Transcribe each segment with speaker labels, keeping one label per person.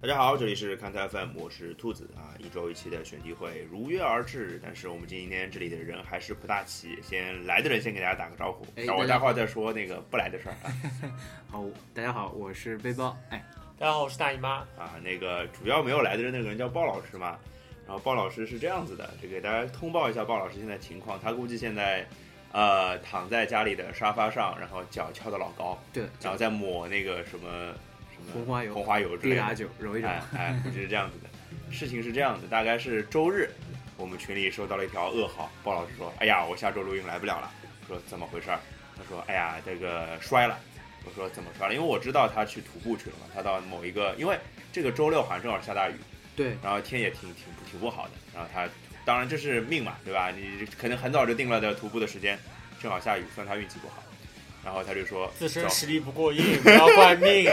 Speaker 1: 大家好，这里是看台 FM，我是兔子啊。一周一期的选题会如约而至，但是我们今天这里的人还是不大齐。先来的人先给大家打个招呼，
Speaker 2: 哎
Speaker 1: 等我待
Speaker 2: 大家
Speaker 1: 会
Speaker 2: 好
Speaker 1: 儿再说那个不来的事儿啊。
Speaker 2: 好，大家好，我是背包。哎，
Speaker 3: 大家好，我是大姨妈。
Speaker 1: 啊，那个主要没有来的那个人叫鲍老师嘛。然后鲍老师是这样子的，这给大家通报一下鲍老师现在情况。他估计现在，呃，躺在家里的沙发上，然后脚翘得老高，
Speaker 2: 对，
Speaker 1: 然后再抹那个什么什么
Speaker 2: 红花油
Speaker 1: 红花油之
Speaker 2: 滴
Speaker 1: 类
Speaker 2: 答
Speaker 1: 的。
Speaker 2: 酒揉一揉。
Speaker 1: 哎哎，估计是这样子的。事情是这样的，大概是周日，我们群里收到了一条噩耗，鲍老师说：“哎呀，我下周录音来不了了。”说怎么回事儿？他说：“哎呀，这个摔了。”我说：“怎么摔了？”因为我知道他去徒步去了嘛，他到某一个，因为这个周六好像正好下大雨，
Speaker 2: 对，
Speaker 1: 然后天也挺挺挺不好的，然后他当然这是命嘛，对吧？你可能很早就定了的徒步的时间，正好下雨，算他运气不好。然后他就说：“
Speaker 3: 自身
Speaker 1: 走
Speaker 3: 实力不过硬，不要怪命。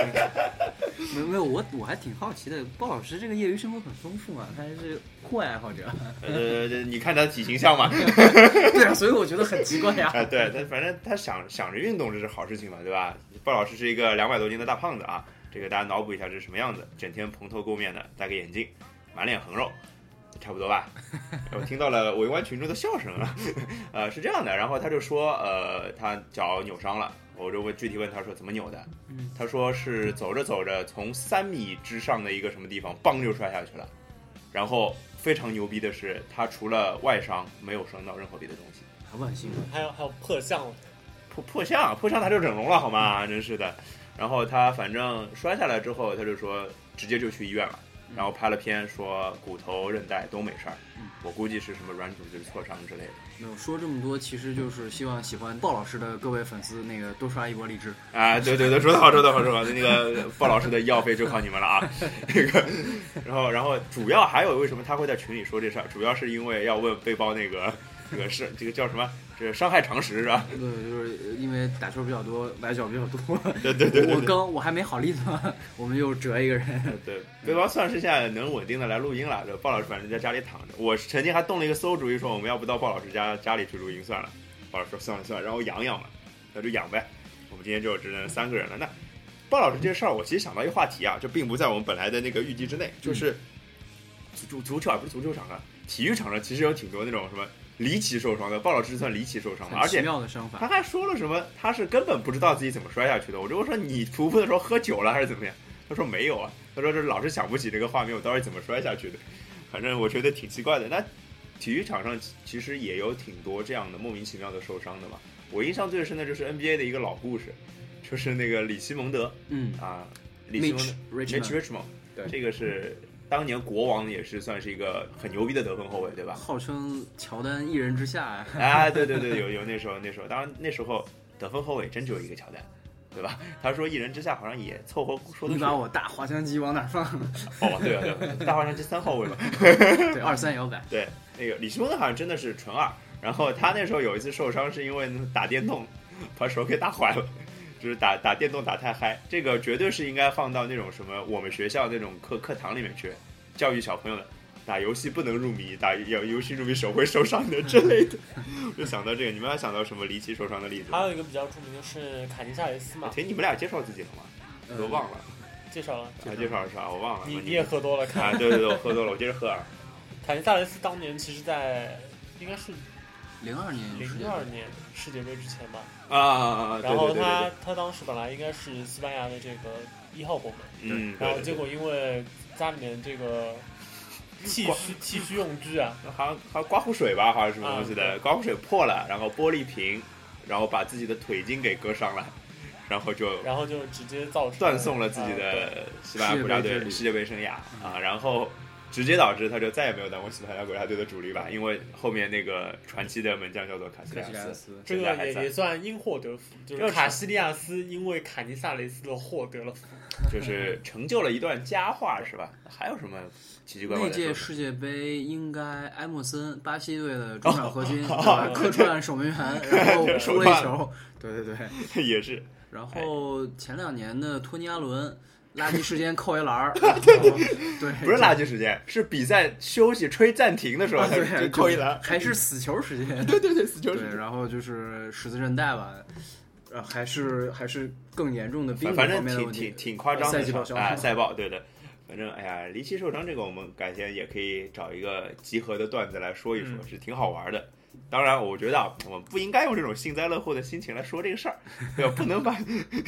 Speaker 2: 没有没有，我我还挺好奇的，鲍老师这个业余生活很丰富啊，他还是户外爱好者。
Speaker 1: 呃，你看他体型像吗？”
Speaker 2: 对啊，所以我觉得很奇怪呀、
Speaker 1: 啊，对他，反正他想想着运动这是好事情嘛，对吧？鲍老师是一个两百多斤的大胖子啊，这个大家脑补一下这是什么样子，整天蓬头垢面的，戴个眼镜，满脸横肉，差不多吧？我听到了围观群众的笑声了， 呃，是这样的，然后他就说，呃，他脚扭伤了，我就问具体问他说怎么扭的，
Speaker 2: 嗯
Speaker 1: 他说是走着走着从三米之上的一个什么地方，梆就摔下去了，然后非常牛逼的是，他除了外伤没有伤到任何别的东西。
Speaker 2: 好不好兴奋？
Speaker 3: 还有还有破相，
Speaker 1: 破破相，破相他就整容了好吗？真是的。然后他反正摔下来之后，他就说直接就去医院了，然后拍了片说骨头、韧带都没事儿
Speaker 2: 嗯。
Speaker 1: 我估计是什么软组织挫伤之类的
Speaker 2: 没有说这么多，其实就是希望喜欢鲍老师的各位粉丝那个多刷一波荔枝。
Speaker 1: 啊！对对对，说得好，说得好，说得好。那个鲍老师的医药费就靠你们了啊！ 那个，然后然后主要还有为什么他会在群里说这事儿，主要是因为要问背包那个这个是这个叫什么？这个伤害常识是吧？
Speaker 2: 对，就是因为打球比较多，崴脚比较多。
Speaker 1: 对对对对
Speaker 2: 我
Speaker 1: 对。
Speaker 2: 刚我还没好例子呢，我们又折一个人。
Speaker 1: 对，背包算是现在能稳定的来录音了。这鲍老师反正在家里躺着，我曾经还动了一个馊主意，说我们要不到鲍老师家家里去录音算了。鲍老师说算了算了，让我养养吧，那就养呗。我们今天就只能三个人了。那鲍老师这事儿，我其实想到一个话题啊，这并不在我们本来的那个预计之内，就是
Speaker 2: 嗯
Speaker 1: 足足足球啊，不是足球场上，体育场上其实有挺多那种什么离奇受伤的。鲍老师算离奇受伤的，而
Speaker 2: 很奇
Speaker 1: 且
Speaker 2: 妙的伤法。
Speaker 1: 他还说了什么？他是根本不知道自己怎么摔下去的。我就说你徒步的时候喝酒了还是怎么样？他说没有啊。他说这老是想不起这个画面，我到底怎么摔下去的？反正我觉得挺奇怪的。那体育场上其其实也有挺多这样的莫名其妙的受伤的嘛。我印象最深的就是 NBA 的一个老故事，就是那个里奇蒙德
Speaker 2: 嗯
Speaker 1: 啊，里奇蒙
Speaker 2: ，Mitch
Speaker 1: 德
Speaker 2: Richmond
Speaker 1: Mitch Richmond，
Speaker 2: 对
Speaker 1: 这个是当年国王也是算是一个很牛逼的得分后卫，对吧？
Speaker 2: 号称乔丹一人之下，
Speaker 1: 啊，对对对，有有那时候那时候，当然那时候得分后卫真只有一个乔丹，对吧？他说一人之下好像也凑合说得
Speaker 2: 你
Speaker 1: 出。
Speaker 2: 把我大滑翔机往哪放？
Speaker 1: 哦，对啊对啊，大花山这三号位嘛，
Speaker 2: 对，二三摇摆。
Speaker 1: 对，那个李奇蒙德好像真的是纯二，然后他那时候有一次受伤是因为打电动把手给打坏了。就是打打电动打太嗨，这个绝对是应该放到那种什么我们学校那种课课堂里面去教育小朋友的。打游戏不能入迷，打游游戏入迷手会受伤的 之类的。就想到这个，你们还想到什么离奇受伤的例子吗？
Speaker 3: 还有一个比较著名的是卡尼萨雷斯嘛，
Speaker 1: 听哎你们俩介绍自己了吗？
Speaker 2: 呃
Speaker 1: 我都忘了，
Speaker 3: 嗯介绍了
Speaker 1: 啊介绍一下，我忘了。
Speaker 3: 你你也喝多了。卡
Speaker 1: 啊？对对对，我喝多了，我接着喝啊。
Speaker 3: 卡尼萨雷斯当年其实在应该是
Speaker 2: 零二年世界
Speaker 3: 零
Speaker 2: 杯
Speaker 3: 二年世界杯之前吧，
Speaker 1: 啊啊，对
Speaker 3: 然后
Speaker 1: 对对
Speaker 3: 他
Speaker 1: 对，
Speaker 3: 他当时本来应该是西班牙的这个一号国门，
Speaker 1: 嗯，
Speaker 3: 然后
Speaker 1: 对
Speaker 3: 结果因为家里面 这个气虚气虚用具啊，
Speaker 1: 对好像好像刮胡水吧，好像什么东西
Speaker 3: 啊
Speaker 1: 的，
Speaker 3: 对
Speaker 1: 刮胡水破了，然后玻璃瓶，然后把自己的腿筋给割伤了，然后就
Speaker 3: 然后就直接造成
Speaker 1: 断送了自己
Speaker 3: 啊对
Speaker 1: 的西班牙国家队世
Speaker 2: 世
Speaker 1: 界杯生涯
Speaker 3: 嗯
Speaker 1: 啊，然后。直接导致他就再也没有当过西班牙国家队的主力吧，因为后面那个传奇的门将叫做卡西
Speaker 2: 科西
Speaker 1: 莱斯，
Speaker 2: 莱斯。
Speaker 3: 这个
Speaker 1: 现在还
Speaker 3: 也
Speaker 1: 在
Speaker 3: 也算因祸得福，就
Speaker 1: 这
Speaker 3: 是
Speaker 1: 是
Speaker 3: 卡西利亚斯因为卡尼萨雷斯的祸得了福。
Speaker 1: 就是成就了一段佳话是吧？还有什么奇奇怪怪
Speaker 2: 啊那
Speaker 1: 的？
Speaker 2: 届世界杯应该埃莫森巴西队的中场核心，对吧
Speaker 3: 哦
Speaker 2: 客串守门员，然后
Speaker 1: 手
Speaker 2: 扑了
Speaker 1: 腕
Speaker 2: 一球。对对对，
Speaker 1: 也是
Speaker 2: 然后前两年的托尼阿伦垃圾时间扣一篮儿，然后对，
Speaker 1: 不是垃圾时间，是比赛休息吹暂停的时候，
Speaker 2: 啊
Speaker 1: 他
Speaker 2: 对
Speaker 1: 就扣一篮。
Speaker 2: 还是死球时间。
Speaker 1: 对对对，死球
Speaker 2: 对，然后就是十字韧带吧，呃，还是还是更严重的
Speaker 1: 反
Speaker 2: 髌骨
Speaker 1: 反
Speaker 2: 方
Speaker 1: 正
Speaker 2: 面的
Speaker 1: 挺
Speaker 2: 问题
Speaker 1: 挺。挺夸张的哎
Speaker 2: 赛季报销
Speaker 1: 啊，赛爆对的。反正哎呀，离奇受伤这个，我们改天也可以找一个集合的段子来说一说，
Speaker 3: 嗯
Speaker 1: 是挺好玩的。当然，我觉得啊，我们不应该用这种幸灾乐祸的心情来说这个事儿，对吧？不能 把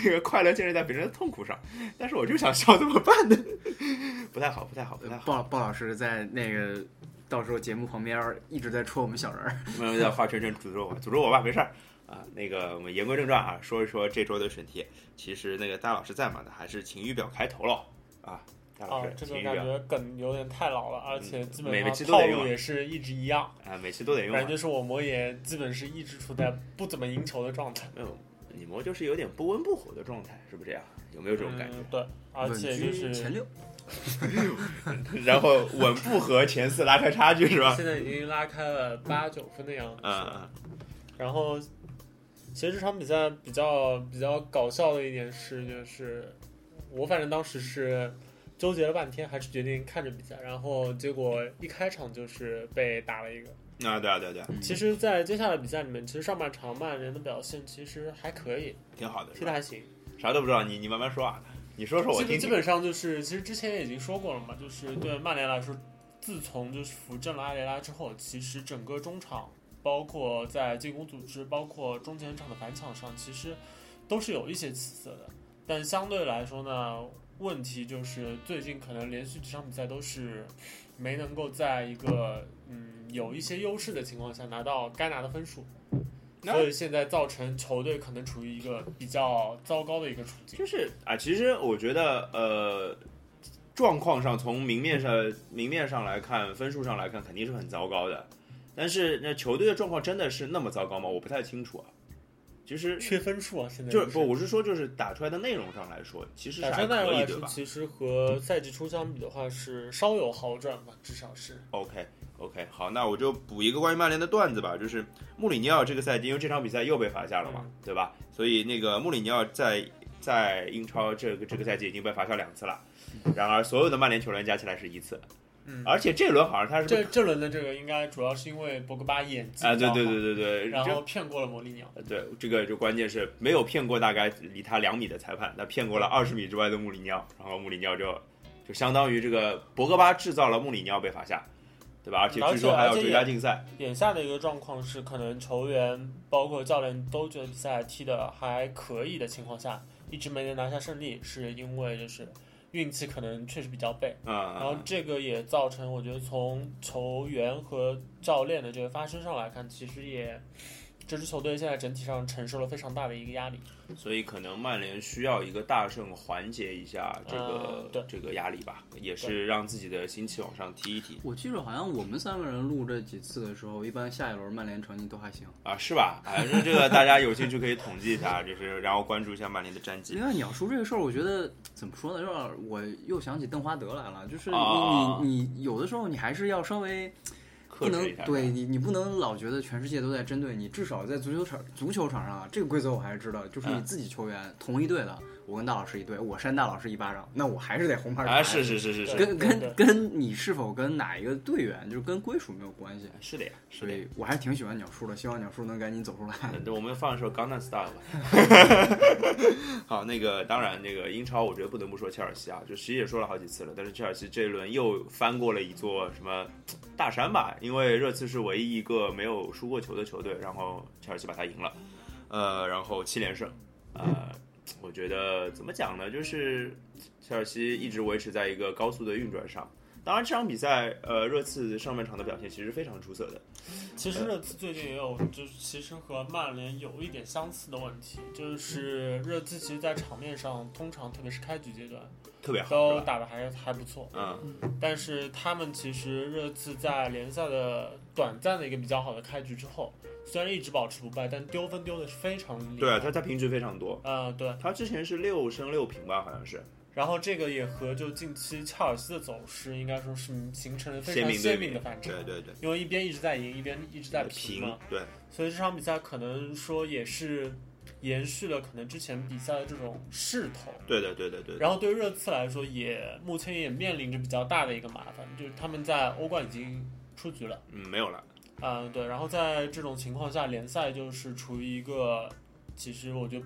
Speaker 1: 这个快乐建立在别人的痛苦上。但是我就想笑，怎么办呢？ 不太好，不太好，不太好。
Speaker 2: 呃鲍鲍老师在那个到时候节目旁边儿一直在戳我们小人儿，
Speaker 1: 没有在画圈圈诅咒我，诅咒我吧，没事儿啊。那个，我们言归正传啊，说一说这周的选题。其实那个大老师在嘛的，还是晴雨表开头了啊。大老
Speaker 3: 啊
Speaker 2: 哦
Speaker 3: 嗯
Speaker 1: 师，，
Speaker 3: 这
Speaker 1: 晴雨
Speaker 3: 种感
Speaker 1: 表
Speaker 3: 觉梗有点太老了，而且基
Speaker 1: 每
Speaker 3: 本
Speaker 1: 每
Speaker 3: 上
Speaker 1: 期都
Speaker 3: 套
Speaker 1: 得用
Speaker 3: 路也是一直一样，
Speaker 1: 啊，每次都得用啊
Speaker 3: 感。觉是我魔也基本是一直处在不怎么赢球的状态。
Speaker 1: 没有，嗯你们就是有点不温不火的状态，是不是这样？有没有这种感觉？
Speaker 3: 嗯，对，而
Speaker 1: 啊
Speaker 2: 稳
Speaker 3: 且就
Speaker 2: 居前
Speaker 3: 是
Speaker 2: 六，
Speaker 3: 嗯
Speaker 1: 然后稳步和前四拉开差距，是吧？
Speaker 3: 现在已经拉开了八九分的样子。
Speaker 1: 嗯，
Speaker 3: 然后，其实这场比赛比较比较搞笑的一点是，就是我反正当时是纠结了半天，还是决定看着比赛。然后结果一开场就是被打了一个。
Speaker 1: 啊，对啊，对啊，对啊，
Speaker 2: 嗯
Speaker 3: 其实，在接下来比赛里面，其实上半场曼联的表现其实还可以，
Speaker 1: 挺好的，
Speaker 3: 踢
Speaker 1: 是
Speaker 3: 得
Speaker 1: 吧？
Speaker 3: 还行。
Speaker 1: 啥都不知道，你你慢慢说啊，你说说我
Speaker 3: 基本
Speaker 1: 听
Speaker 3: 基
Speaker 1: 听。
Speaker 3: 本上就是，其实之前也已经说过了嘛，就是对曼联来说，自从就是扶正了阿雷拉之后，其实整个中场，包括在进攻组织，包括中前场的反抢上，其实都是有一些起色的。但相对来说呢，问题就是最近可能连续几场比赛都是没能够在一个嗯有一些优势的情况下拿到该拿的分数，
Speaker 1: 那
Speaker 3: 所以现在造成球队可能处于一个比较糟糕的一个处境。
Speaker 1: 就是啊，其实我觉得呃，状况上从明面上明面上来看，分数上来看，肯定是很糟糕的。但是那球队的状况真的是那么糟糕吗？我不太清楚啊。其实
Speaker 3: 缺分数啊，现在
Speaker 1: 就是是不，我是说就是打出来的内容上来说，其实是
Speaker 3: 打
Speaker 1: 还
Speaker 3: 伤代
Speaker 1: 可以，
Speaker 3: 来
Speaker 1: 对
Speaker 3: 说，
Speaker 1: 吧？
Speaker 3: 其实和赛季初相比的话是稍有好转吧，至少是。
Speaker 1: OK OK，好，那我就补一个关于曼联的段子吧，就是穆里尼奥这个赛季，因为这场比赛又被罚下了嘛，
Speaker 3: 嗯
Speaker 1: 对吧？所以那个穆里尼奥在在英超这个这个赛季已经被罚下两次了，然而所有的曼联球员加起来是一次，
Speaker 3: 嗯，
Speaker 1: 而且这轮好像他是
Speaker 3: 这这轮的这个应该主要是因为博格巴演技
Speaker 1: 啊，
Speaker 3: 比较
Speaker 1: 对
Speaker 3: 好
Speaker 1: 对，对对对，
Speaker 3: 然
Speaker 1: 这
Speaker 3: 后骗过了魔力鸟。
Speaker 1: 对这个就关键是没有骗过大概离他两米的裁判，他骗过了二十米之外的穆里尼奥，然后穆里尼奥就就相当于这个博格巴制造了穆里尼奥被罚下，对吧？而且
Speaker 3: 而
Speaker 1: 据
Speaker 3: 且
Speaker 1: 说还
Speaker 3: 而
Speaker 1: 要
Speaker 3: 且
Speaker 1: 追
Speaker 3: 也
Speaker 1: 加竞赛。
Speaker 3: 眼下的一个状况是，可能球员包括教练都觉得比赛踢得还可以的情况下，一直没能拿下胜利，是因为就是运气可能确实比较背。然后
Speaker 1: 嗯，
Speaker 3: 这个也造成，我觉得从球员和教练的这个发声上来看，其实也这支球队现在整体上承受了非常大的一个压力。
Speaker 1: 所以可能曼联需要一个大胜缓解一下这个、
Speaker 3: 嗯对
Speaker 1: 这个压力吧，也是让自己的心气往上提一提
Speaker 2: 我记得好像我们三个人录这几次的时候，一般下一轮曼联成绩都还行。
Speaker 1: 啊，是吧？反正这个大家有兴趣可以统计一下，就是然后关注一下曼联的战绩
Speaker 2: 另。外，鸟叔这个事儿，我觉得怎么说呢，有点儿我又想起邓华德来了，就是你、
Speaker 1: 啊
Speaker 2: 你你有的时候你还是要稍微
Speaker 1: 克
Speaker 2: 不
Speaker 1: 制
Speaker 2: 能
Speaker 1: 一下，
Speaker 2: 对你你不能老觉得全世界都在针对你，至少在足球场足球场上啊，这个规则我还是知道，就是你
Speaker 1: 嗯
Speaker 2: 自己球员、同一队的，我跟大老师一队，我扇大老师一巴掌，那我还是得红牌儿
Speaker 1: 啊，
Speaker 2: 罚
Speaker 1: 是是是是是
Speaker 2: 跟
Speaker 3: 对
Speaker 2: 跟跟你是否跟哪一个队员，就是跟归属没有关系。
Speaker 1: 是的呀，是
Speaker 2: 所
Speaker 1: 的呀。
Speaker 2: 以我还是挺喜欢鸟叔的，希望鸟叔能赶紧走出来。
Speaker 1: 对，我们放一首《Gangnam Style》吧。好，那个当然，那个英超我觉得不得不说切尔西啊，就其实也说了好几次了，但是切尔西这一轮又翻过了一座什么大山吧，因为热刺是唯一一个没有输过球的球队，然后切尔西把它赢了，呃，然后七连胜，呃，我觉得怎么讲呢，就是切尔西一直维持在一个高速的运转上。当然，这场比赛，呃，热刺上半场的表现其实非常出色的，
Speaker 3: 其实热刺最近也有，就是其实和曼联有一点相似的问题，就是热刺其实，在场面上通常特别是开局阶段
Speaker 1: 特别好，
Speaker 3: 都
Speaker 1: 是吧？
Speaker 3: 打得还还不错，
Speaker 1: 嗯，
Speaker 3: 但是他们其实热刺在联赛的短暂的一个比较好的开局之后，虽然一直保持不败，但丢分丢的是非常厉害。
Speaker 1: 对，啊他他平局非常多，
Speaker 3: 嗯，对。
Speaker 1: 他之前是六胜六平吧，好像是。
Speaker 3: 然后这个也和就近期切尔西的走势，应该说是形成了非
Speaker 1: 鲜
Speaker 3: 常
Speaker 1: 明对
Speaker 3: 鲜
Speaker 1: 比
Speaker 3: 明的反差，
Speaker 1: 对对，
Speaker 3: 因为一边一直在赢，一边一直在平
Speaker 1: 平
Speaker 3: 嘛，，
Speaker 1: 对，
Speaker 3: 所以这场比赛可能说也是延续了可能之前比赛的这种势头。
Speaker 1: 对对对对对。
Speaker 3: 然后对热刺来说也，目前也面临着比较大的一个麻烦，就是他们在欧冠已经出局了，
Speaker 1: 嗯，没有了。
Speaker 3: 嗯、对。然后在这种情况下，联赛就是处于一个其实我觉得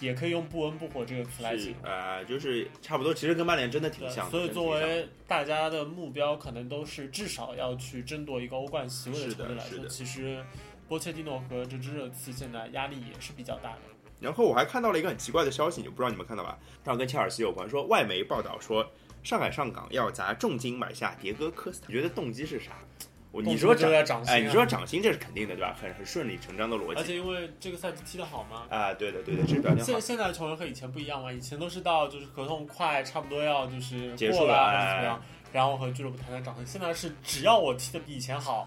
Speaker 3: 也可以用不温不火这个词来形
Speaker 1: 是
Speaker 3: 容。
Speaker 1: 呃，就是差不多，其实跟曼联真的挺
Speaker 3: 对
Speaker 1: 像的。
Speaker 3: 所以
Speaker 1: 真的
Speaker 3: 作
Speaker 1: 挺像的
Speaker 3: 为大家的目标，可能都是至少要去争夺一个欧冠席位
Speaker 1: 是的
Speaker 3: 球队来
Speaker 1: 是
Speaker 3: 说，
Speaker 1: 的
Speaker 3: 其实波切蒂诺和这支热刺现在压力也是比较大的。
Speaker 1: 然后我还看到了一个很奇怪的消息，你不知道你们看到吧？然后跟切尔西有关，说外媒报道说上海上港要砸重金买下迭戈科斯塔，你觉得动机是啥？我你说
Speaker 3: 这
Speaker 1: 涨，
Speaker 3: 要涨薪啊，
Speaker 1: 哎，你说涨薪这是肯定的，对吧？很很顺理成章的逻
Speaker 3: 而
Speaker 1: 辑
Speaker 3: 且因为这个赛季踢得好嘛，
Speaker 1: 啊，对的对的，这是表现
Speaker 3: 现
Speaker 1: 好。
Speaker 3: 现在球员和以前不一样嘛，以前都是到就是合同快差不多要就是
Speaker 1: 结
Speaker 3: 过
Speaker 1: 束了
Speaker 3: 啊或者怎么
Speaker 1: 哎
Speaker 3: 样，然后和俱乐部谈谈涨薪。现在是只要我踢得比以前好，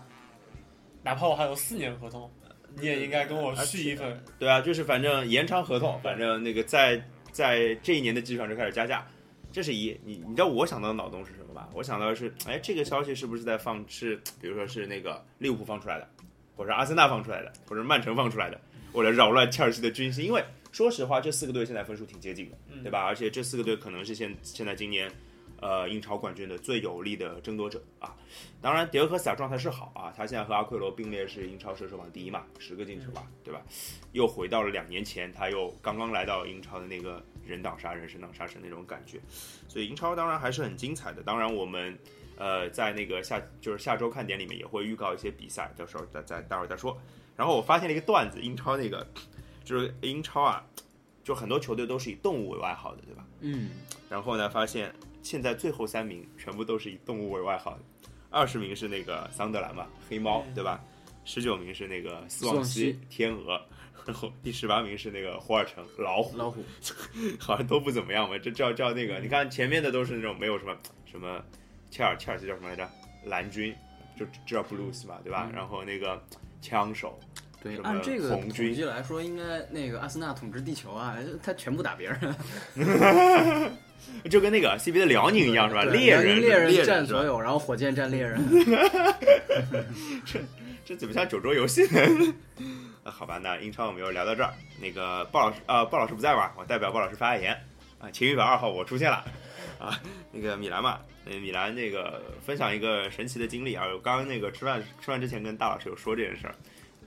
Speaker 3: 哪怕我还有四年合同，你也应该跟我
Speaker 1: 而且
Speaker 3: 续一份。
Speaker 1: 对啊，就是反正延长合同，反正那个在在这一年的基础上就开始加价，这是一。你你知道我想到的脑洞是什么吧？我想到的是，哎，这个消息是不是在放是，比如说是那个利物浦放出来的，或者是阿森纳放出来的，或者是曼城放出来的，为了扰乱切尔西的军心。因为说实话，这四个队现在分数挺接近的，
Speaker 3: 嗯
Speaker 1: 对吧？而且这四个队可能是现现在今年。呃，英超冠军的最有力的争夺者啊，当然，迭戈科斯塔状态是好啊，他现在和阿奎罗并列是英超射手榜第一嘛，十个进球吧，对吧？又回到了两年前，他又刚刚来到英超的那个人挡杀人、神挡杀神那种感觉，所以英超当然还是很精彩的。当然，我们呃在那个下就是下周看点里面也会预告一些比赛，到时候再再待会儿再说。然后我发现了一个段子，英超那个就是英超啊，就很多球队都是以动物为外号的，对吧？
Speaker 2: 嗯，
Speaker 1: 然后呢，发现现在最后三名全部都是以动物为外号的，二十名是那个桑德兰嘛，黑猫
Speaker 3: 嗯
Speaker 1: 对吧？十九名是那个斯
Speaker 2: 斯
Speaker 1: 旺
Speaker 2: 旺
Speaker 1: 西
Speaker 2: 西
Speaker 1: 天鹅，然后第十八名是那个火尔城老虎，
Speaker 2: 老虎，
Speaker 1: 好像都不怎么样嘛。这叫叫那个，
Speaker 2: 嗯
Speaker 1: 你看前面的都是那种没有什么什么切尔切尔西叫什么来着？蓝军就就叫 blues 嘛，对吧？
Speaker 2: 嗯
Speaker 1: 然后那个枪手
Speaker 2: 对，
Speaker 1: 什么
Speaker 2: 按这个
Speaker 1: 红
Speaker 2: 统
Speaker 1: 军
Speaker 2: 计来说，应该那个阿森纳统治地球啊，他全部打别人，
Speaker 1: 就跟那个 CBA 的辽宁一样是吧？
Speaker 2: 对
Speaker 1: 猎
Speaker 2: 辽宁
Speaker 1: 人
Speaker 2: 猎
Speaker 1: 猎
Speaker 2: 人
Speaker 1: 人
Speaker 2: 占
Speaker 1: 是吧
Speaker 2: 所有，然后火箭占猎人，
Speaker 1: 这怎么像九州游戏呢？ 啊，好吧，那英超我们就聊到这儿。那个鲍老师，呃，鲍老师不在吧？我代表鲍老师发下言。啊，晴雨版二号我出现了。啊，那个米兰嘛，呃，米兰那个分享一个神奇的经历啊。我刚刚那个吃饭吃饭之前跟大老师有说这件事儿。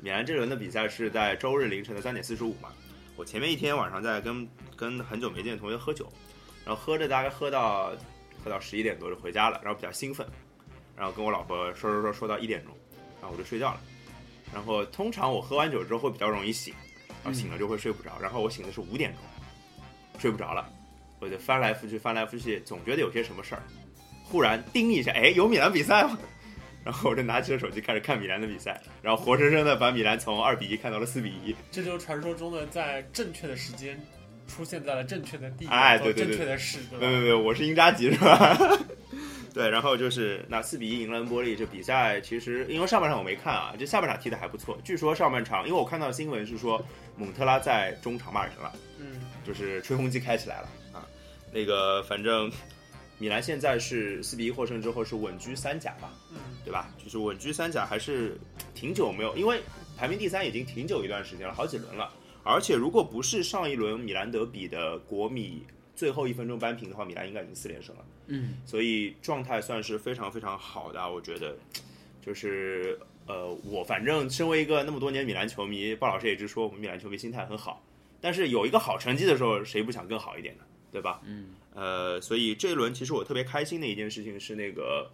Speaker 1: 米兰这轮的比赛是在周日凌晨的三点四十五嘛。我前面一天晚上在跟跟很久没见的同学喝酒，然后喝着大概喝到喝到十一点多就回家了，然后比较兴奋，然后跟我老婆说说说说到一点钟，然后啊我就睡觉了。然后通常我喝完酒之后会比较容易醒，然后醒了就会睡不着。然后我醒的是五点钟，睡不着了，我就翻来覆去，翻来覆去，总觉得有些什么事儿。忽然叮一下，哎，有米兰比赛吗？ 然后我就拿起了手机开始看米兰的比赛，然后活生生的把米兰从二比一看到了四比一。
Speaker 3: 这就是传说中的在正确的时间出现在了正确的地
Speaker 1: 哎
Speaker 3: 点，做
Speaker 1: 对对对
Speaker 3: 正
Speaker 1: 嗯
Speaker 3: 确的事，对
Speaker 1: 没有
Speaker 3: 吧？
Speaker 1: 没有，我是英扎吉是吧？ 对，然后就是那四比一赢了恩波利。这比赛其实因为上半场我没看啊，这下半场踢的还不错。据说上半场，因为我看到新闻是说蒙特拉在中场骂人了。
Speaker 3: 嗯，
Speaker 1: 就是吹风机开起来了啊。那个反正米兰现在是四比一获胜之后是稳居三甲吧，
Speaker 3: 嗯，
Speaker 1: 对吧？就是稳居三甲还是挺久没有，因为排名第三已经挺久一段时间了，好几轮了。而且如果不是上一轮米兰德比的国米最后一分钟扳平的话，米兰应该已经四连胜了。
Speaker 2: 嗯，
Speaker 1: 所以状态算是非常非常好的啊，我觉得，就是呃，我反正身为一个那么多年米兰球迷，鲍老师也一直说我们米兰球迷心态很好，但是有一个好成绩的时候，谁不想更好一点呢？对吧？
Speaker 2: 嗯，
Speaker 1: 呃，所以这一轮其实我特别开心的一件事情是那个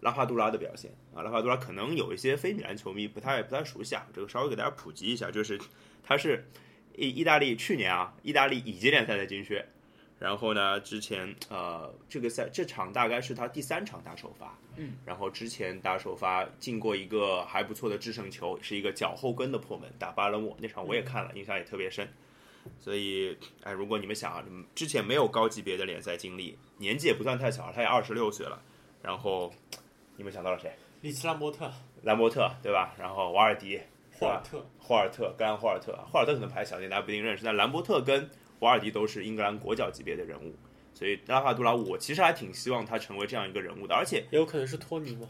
Speaker 1: 拉帕杜拉的表现啊，拉帕杜拉可能有一些非米兰球迷不太不太熟悉啊，这个稍微给大家普及一下，就是他是意意大利去年啊，意大利乙级联赛的金靴，然后呢，之前呃，这个赛这场大概是他第三场打首发，
Speaker 2: 嗯，
Speaker 1: 然后之前打首发进过一个还不错的制胜球，是一个脚后跟的破门，打巴勒莫那场我也看了，印象也特别深。所以，哎，如果你们想啊，嗯之前没有高级别的联赛经历，年纪也不算太小，他也二十六岁了，然后你们想到了谁？
Speaker 3: 里奇兰伯特、
Speaker 1: 兰伯特对吧？然后瓦尔迪，
Speaker 3: 霍尔特，
Speaker 1: 霍尔特、甘霍尔特，霍尔特可能排小一点，大家不一定认识。但兰伯特跟瓦尔迪都是英格兰国脚级别的人物，所以拉帕杜拉，我其实还挺希望他成为这样一个人物的。而且
Speaker 3: 也有可能是托尼嘛。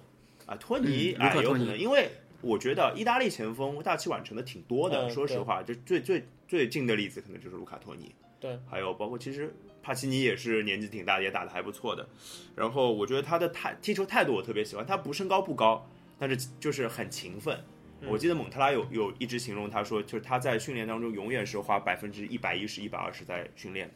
Speaker 1: 啊，托尼
Speaker 2: 嗯
Speaker 1: 啊、
Speaker 2: 卢克
Speaker 1: 有
Speaker 2: 托
Speaker 1: 可
Speaker 2: 尼
Speaker 1: 能，因为我觉得意大利前锋大器晚成的挺多的。
Speaker 3: 嗯
Speaker 1: 说实
Speaker 3: 对
Speaker 1: 话，就最最最近的例子可能就是卢卡托尼，
Speaker 3: 对，
Speaker 1: 还有包括其实帕奇尼也是年纪挺大的，也打得还不错的。然后我觉得他的态踢球态度我特别喜欢，他不身高不高，但是就是很勤奋。
Speaker 3: 嗯
Speaker 1: 我记得蒙特拉有有一直形容他说，就是他在训练当中永远是花百分之一百一十、一百二十在训练，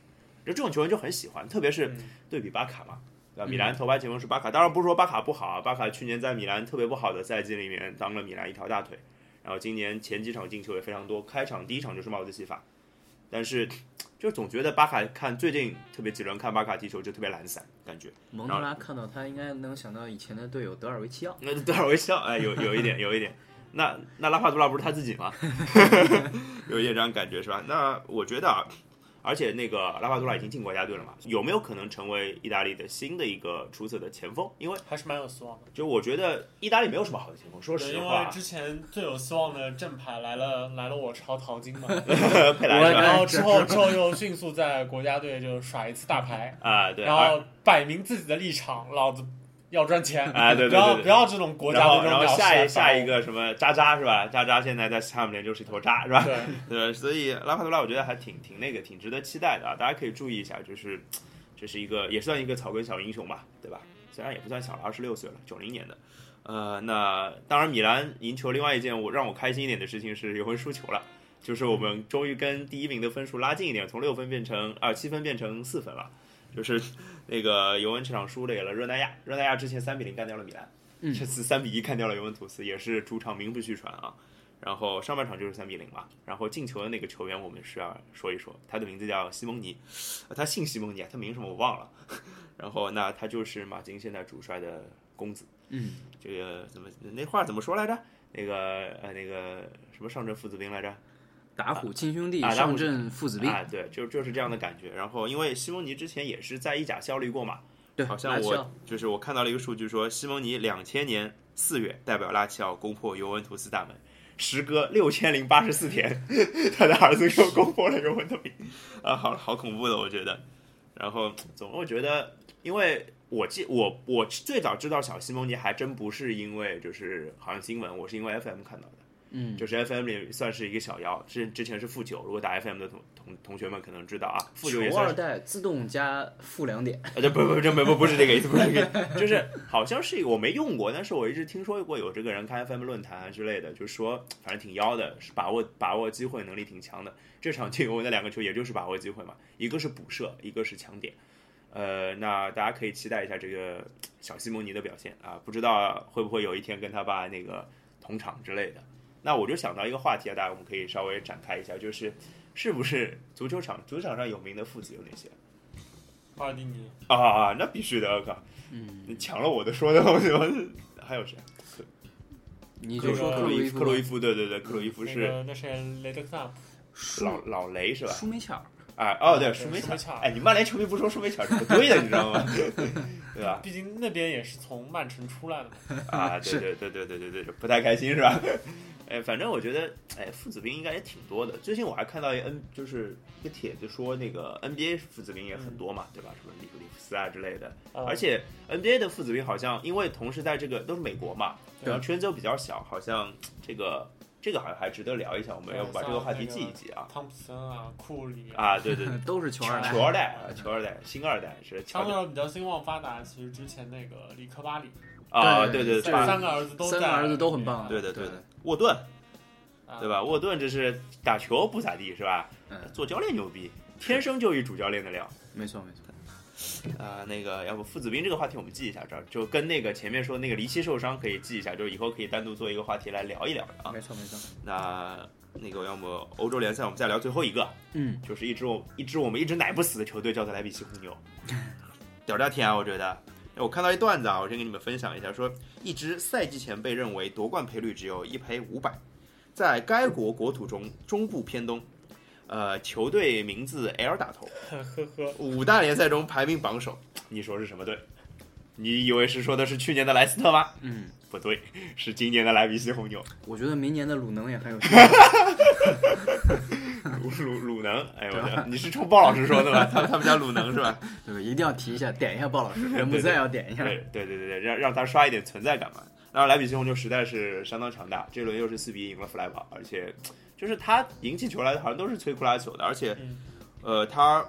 Speaker 1: 就这种球员就很喜欢，特别是
Speaker 3: 嗯
Speaker 1: 对比巴卡嘛，对吧？呃
Speaker 2: 嗯
Speaker 1: 米兰头牌前锋是巴卡，当然不是说巴卡不好啊，巴卡去年在米兰特别不好的赛季里面当了米兰一条大腿，然后今年前几场进球也非常多，开场第一场就是帽子戏法，但是就总觉得巴卡看最近特别几轮看巴卡踢球就特别懒散感觉，
Speaker 2: 蒙特拉看到他应该能想到以前的队友德尔维奇奥，
Speaker 1: 那德尔维笑，哎，有有一点，有一点。那那拉帕杜拉不是他自己吗？ 有一点这样感觉是吧？那我觉得啊，而且那个拉帕杜拉已经进国家队了嘛，有没有可能成为意大利的新的一个出色的前锋？因为
Speaker 3: 还是蛮有希望的。
Speaker 1: 就我觉得意大利没有什么好的前锋，说
Speaker 3: 对
Speaker 1: 实
Speaker 3: 因
Speaker 1: 话
Speaker 3: 为，之前最有希望的正牌来了，来了我朝淘金 嘛，
Speaker 1: 佩莱是吧？
Speaker 3: 然后之后之后又迅速在国家队就耍一次大牌，
Speaker 1: 啊， 对，
Speaker 3: 然
Speaker 1: 而
Speaker 3: 后摆明自己的立场，老子要赚钱，
Speaker 1: 啊，对
Speaker 3: 不
Speaker 1: 对
Speaker 3: 要
Speaker 1: 对
Speaker 3: 不
Speaker 1: 对。
Speaker 3: 要这种国
Speaker 1: 然
Speaker 3: 家
Speaker 1: 后，
Speaker 3: 队这
Speaker 1: 然
Speaker 3: 种
Speaker 1: 后
Speaker 3: 鸟事
Speaker 1: 下
Speaker 3: 来
Speaker 1: 一下
Speaker 3: 搞
Speaker 1: 一个什么渣渣是吧？渣渣现在在汉姆联就是一坨渣是吧
Speaker 3: 我，？ 对，
Speaker 1: 对，所以拉帕多拉我觉得还挺挺那个，挺值得期待的啊！大家可以注意一下，就是这是一个也算一个草根小英雄吧，对吧？虽然也不算小了，二十六岁了，九零年的。呃，那当然，米兰赢球。另外一件我让我开心一点的事情是，也会输球了，就是我们终于跟第一名的分数拉近一点，从六分变成啊七、分变成四分了。就是 那个尤文这场输给了热那亚，热那亚之前三比零干掉了米兰，
Speaker 2: 嗯
Speaker 1: 这次三比一干掉了尤文图斯，也是主场名不虚传啊。然后上半场就是三比零嘛。然后进球的那个球员，我们是要说一说，他的名字叫西蒙尼，呃他姓西蒙尼啊，他名什么我忘了。 然后那他就是马竞现在主帅的公子，
Speaker 2: 嗯，
Speaker 1: 这个怎么那话怎么说来着？那个呃那个什么上阵父子兵来着？
Speaker 2: 打虎亲兄弟，
Speaker 1: 啊打虎
Speaker 2: 上阵父子兵，
Speaker 1: 啊，对，就就是这样的感觉。然后因为西蒙尼之前也是在意甲效力过嘛，
Speaker 2: 对，
Speaker 1: 好像
Speaker 2: 拉齐奥
Speaker 1: 我就是我看到了一个数据说，西蒙尼两千年四月代表拉齐奥攻破尤文图斯大门，时隔六千零八十四天， 他的儿子又攻破了尤文的名啊，好好恐怖的，我觉得。然后总我觉得，因为我记我我最早知道小西蒙尼还真不是因为就是好像新闻，我是因为 FM 看到的。
Speaker 2: 嗯，
Speaker 1: 就是 FM 里算是一个小妖，之之前是负九，如果打 FM 的同同同学们可能知道啊，负九也
Speaker 2: 球
Speaker 1: 算
Speaker 2: 二
Speaker 1: 是，
Speaker 2: 代自动加负两点，
Speaker 1: 呃，这不不这不不不是这个意思，不是这个意思，就是好像是我没用过，但是我一直听说过有这个人看 FM 论坛啊之类的，就说反正挺妖的，是把握把握机会能力挺强的。这场进攻的两个球也就是把握机会嘛，一个是补射，一个是抢点。呃，那大家可以期待一下这个小西蒙尼的表现啊，不知道会不会有一天跟他爸那个同场之类的。那我就想到一个话题啊，大家我们可以稍微展开一下，就是是不是足球场足球场上有名的父子有哪些
Speaker 3: 巴尔蒂尼、
Speaker 1: 啊啊？啊那必须的，我靠！
Speaker 2: 嗯，
Speaker 1: 你抢了我的说的，我就还有谁？
Speaker 2: 你
Speaker 1: 克
Speaker 2: 就
Speaker 1: 鲁
Speaker 2: 说
Speaker 1: 克
Speaker 2: 克
Speaker 1: 鲁
Speaker 2: 鲁
Speaker 1: 伊
Speaker 2: 伊
Speaker 1: 夫
Speaker 2: 夫
Speaker 1: 克
Speaker 2: 吧
Speaker 1: 鲁伊夫，对对对，克鲁伊夫
Speaker 3: 那
Speaker 1: 是
Speaker 3: 个那谁雷德克纳普，
Speaker 2: 舒
Speaker 1: 老老雷是吧？
Speaker 2: 舒梅切尔，
Speaker 1: 啊，哦对，
Speaker 3: 对
Speaker 1: 舒梅
Speaker 3: 舒
Speaker 1: 切
Speaker 3: 梅
Speaker 1: 尔
Speaker 3: 切。尔
Speaker 1: 哎，你曼联球迷不说舒梅切尔是不对的，你知道吗？对吧？
Speaker 3: 毕竟那边也是从曼城出来的嘛。
Speaker 1: 啊，对
Speaker 2: 是
Speaker 1: 对对对对对对，不太开心是吧？哎，反正我觉得，哎，父子兵应该也挺多的。最近我还看到一 N，就是一个帖子说，那个 NBA 父子兵也很多嘛，对吧？什么里弗里弗斯啊之类的。
Speaker 3: 呃
Speaker 1: 而且 NBA 的父子兵好像，因为同时在这个都是美国嘛，
Speaker 3: 对
Speaker 1: 然后圈子又比较小，好像这个这个好像还值得聊一下，我们
Speaker 3: 对
Speaker 1: 要把这个话题
Speaker 3: 像
Speaker 1: 记
Speaker 3: 那个
Speaker 1: 一记啊。
Speaker 3: 汤普森啊、库里啊，
Speaker 1: 啊，对对，对
Speaker 2: 都是球二代
Speaker 1: 球，二代啊，球二代，新二代是乔
Speaker 3: 他
Speaker 1: 丹
Speaker 3: 们比较兴旺发达。其实之前那个里克巴里，
Speaker 1: 啊，对
Speaker 2: 对
Speaker 1: 对，
Speaker 3: 这
Speaker 1: 巴
Speaker 3: 三个儿子都
Speaker 2: 三个
Speaker 3: 在呃
Speaker 2: 儿子都很棒啊
Speaker 1: 对的
Speaker 2: 对
Speaker 1: 对的
Speaker 2: 的，
Speaker 1: 沃顿
Speaker 3: 啊
Speaker 1: 对吧？沃顿这是打球不咋地是吧？
Speaker 2: 嗯，
Speaker 1: 做教练牛逼，天生就一主教练的料。
Speaker 2: 没错没错，
Speaker 1: 啊，那个要不父子兵这个话题我们记一下，这儿就跟那个前面说那个离奇受伤可以记一下，就以后可以单独做一个话题来聊一聊的啊。
Speaker 2: 没错没错，
Speaker 1: 那那个要么欧洲联赛我们再聊最后一个，
Speaker 2: 嗯，
Speaker 1: 就是一支我一支我们一直奶不死的球队叫做莱比锡红 牛，屌炸天啊！我觉得，我看到一段子啊，我先给你们分享一下，说一支赛季前被认为夺冠赔率只有一赔五百，在该国国土中中部偏东，呃，球队名字 L 打头，
Speaker 3: 呵呵，
Speaker 1: 五大联赛中排名榜首，你说是什么队？你以为是说的是去年的莱斯特吗？
Speaker 2: 嗯，
Speaker 1: 不对，是今年的莱比锡红牛。
Speaker 2: 我觉得明年的鲁能也很有 希
Speaker 1: 鲁鲁鲁能，哎呦我的，你是冲鲍老师说的吧？他们他们家鲁能是吧？
Speaker 2: 望，对吧？一定要提一下，点一下鲍老师，人不
Speaker 1: 对
Speaker 2: 在要点一下，
Speaker 1: 对对对对对，让让他刷一点存在感嘛。当然，莱比锡红牛实在是相当强大，这轮又是四比一赢了弗莱堡，而且就是他赢起球来好像都是摧枯拉朽的，而且
Speaker 3: 嗯，
Speaker 1: 呃，他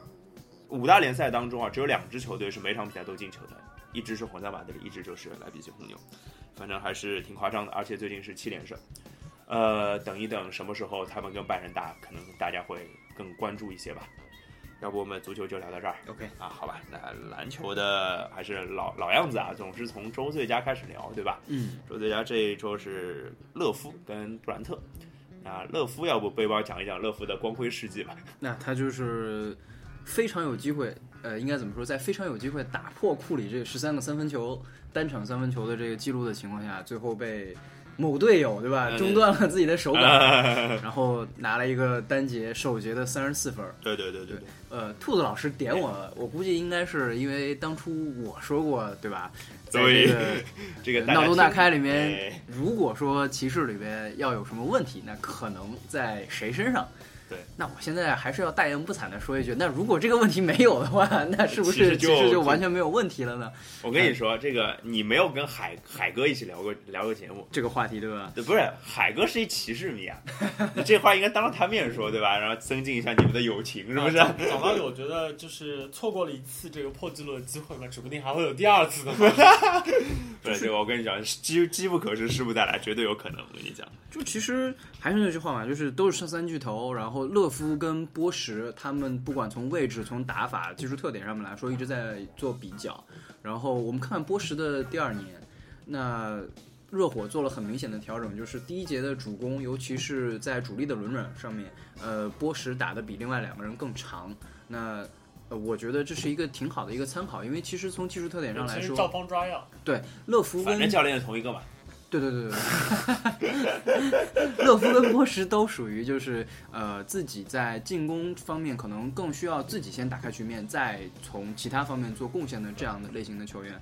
Speaker 1: 五大联赛当中啊，只有两支球队是每场比赛都进球的，一支是皇家马德里，一支就是莱比锡红牛，反正还是挺夸张的，而且最近是七连胜。呃，等一等，什么时候他们跟拜仁打，可能大家会更关注一些吧。要不我们足球就聊到这儿
Speaker 2: OK，
Speaker 1: 啊？好吧，那篮球的还是老老样子啊，总是从周最佳开始聊，对吧？
Speaker 2: 嗯，
Speaker 1: 周最佳这一周是勒夫跟杜兰特。那勒夫，要不背包讲一讲勒夫的光辉事迹吧？
Speaker 2: 那他就是呃非常有机会，呃，应该怎么说，在非常有机会打破库里这十三个三分球单场三分球的这个记录的情况下，最后被某队 友对吧
Speaker 1: 嗯
Speaker 2: 中断了自己的手感，然后拿了一个单节首节的三十四分儿。
Speaker 1: 对对对对对，
Speaker 2: 呃，兔子老师点我，我估计应该是因为当初我说过对吧，在
Speaker 1: 所以
Speaker 2: 这个。
Speaker 1: 这个
Speaker 2: 脑洞大开里
Speaker 1: 面，
Speaker 2: 面
Speaker 1: 哎，
Speaker 2: 如果说骑士里边要有什么问题，那可能在谁身上？
Speaker 1: 对，
Speaker 2: 那我现在还是要大言不惭的说一句，那如果这个问题没有的话，那是不
Speaker 1: 其实
Speaker 2: 是
Speaker 1: 就
Speaker 2: 骑士就完全没有问题了呢？
Speaker 1: 我跟你
Speaker 2: 嗯
Speaker 1: 说，这个你没有跟海海哥一起聊过聊过节目，
Speaker 2: 这个话题对吧？
Speaker 1: 对，不是海哥是一骑士迷啊，你这话应该当着他面说对吧？然后增进一下你们的友情，是不 是？
Speaker 3: 讲讲道理，我觉得就是错过了一次这个破纪录的机会嘛，指不定还会有第二次的嘛。
Speaker 1: 对，这个我跟你讲，机机不可失，失不再来，绝对有可能。我跟你讲，
Speaker 2: 就其实还是那句话嘛，就是都是三巨头，然后勒夫跟波什他们不管从位置、从打法、技术特点上面来说，一直在做比较。然后我们看波什的第二年，那热火做了很明显的调整，就是第一节的主攻，尤其是在主力的轮转上面，呃，波什打的比另外两个人更长。那呃，我觉得这是一个挺好的一个参考，因为其实从技术特点上来
Speaker 3: 其实照
Speaker 2: 说，
Speaker 3: 方抓药，
Speaker 2: 对勒夫
Speaker 1: 反
Speaker 2: 跟
Speaker 1: 正教练是同一个嘛。
Speaker 2: 对对对对，对，勒夫跟波什都属于就是呃自己在进攻方面可能更需要自己先打开局面，再从其他方面做贡献的这样的类型的球员。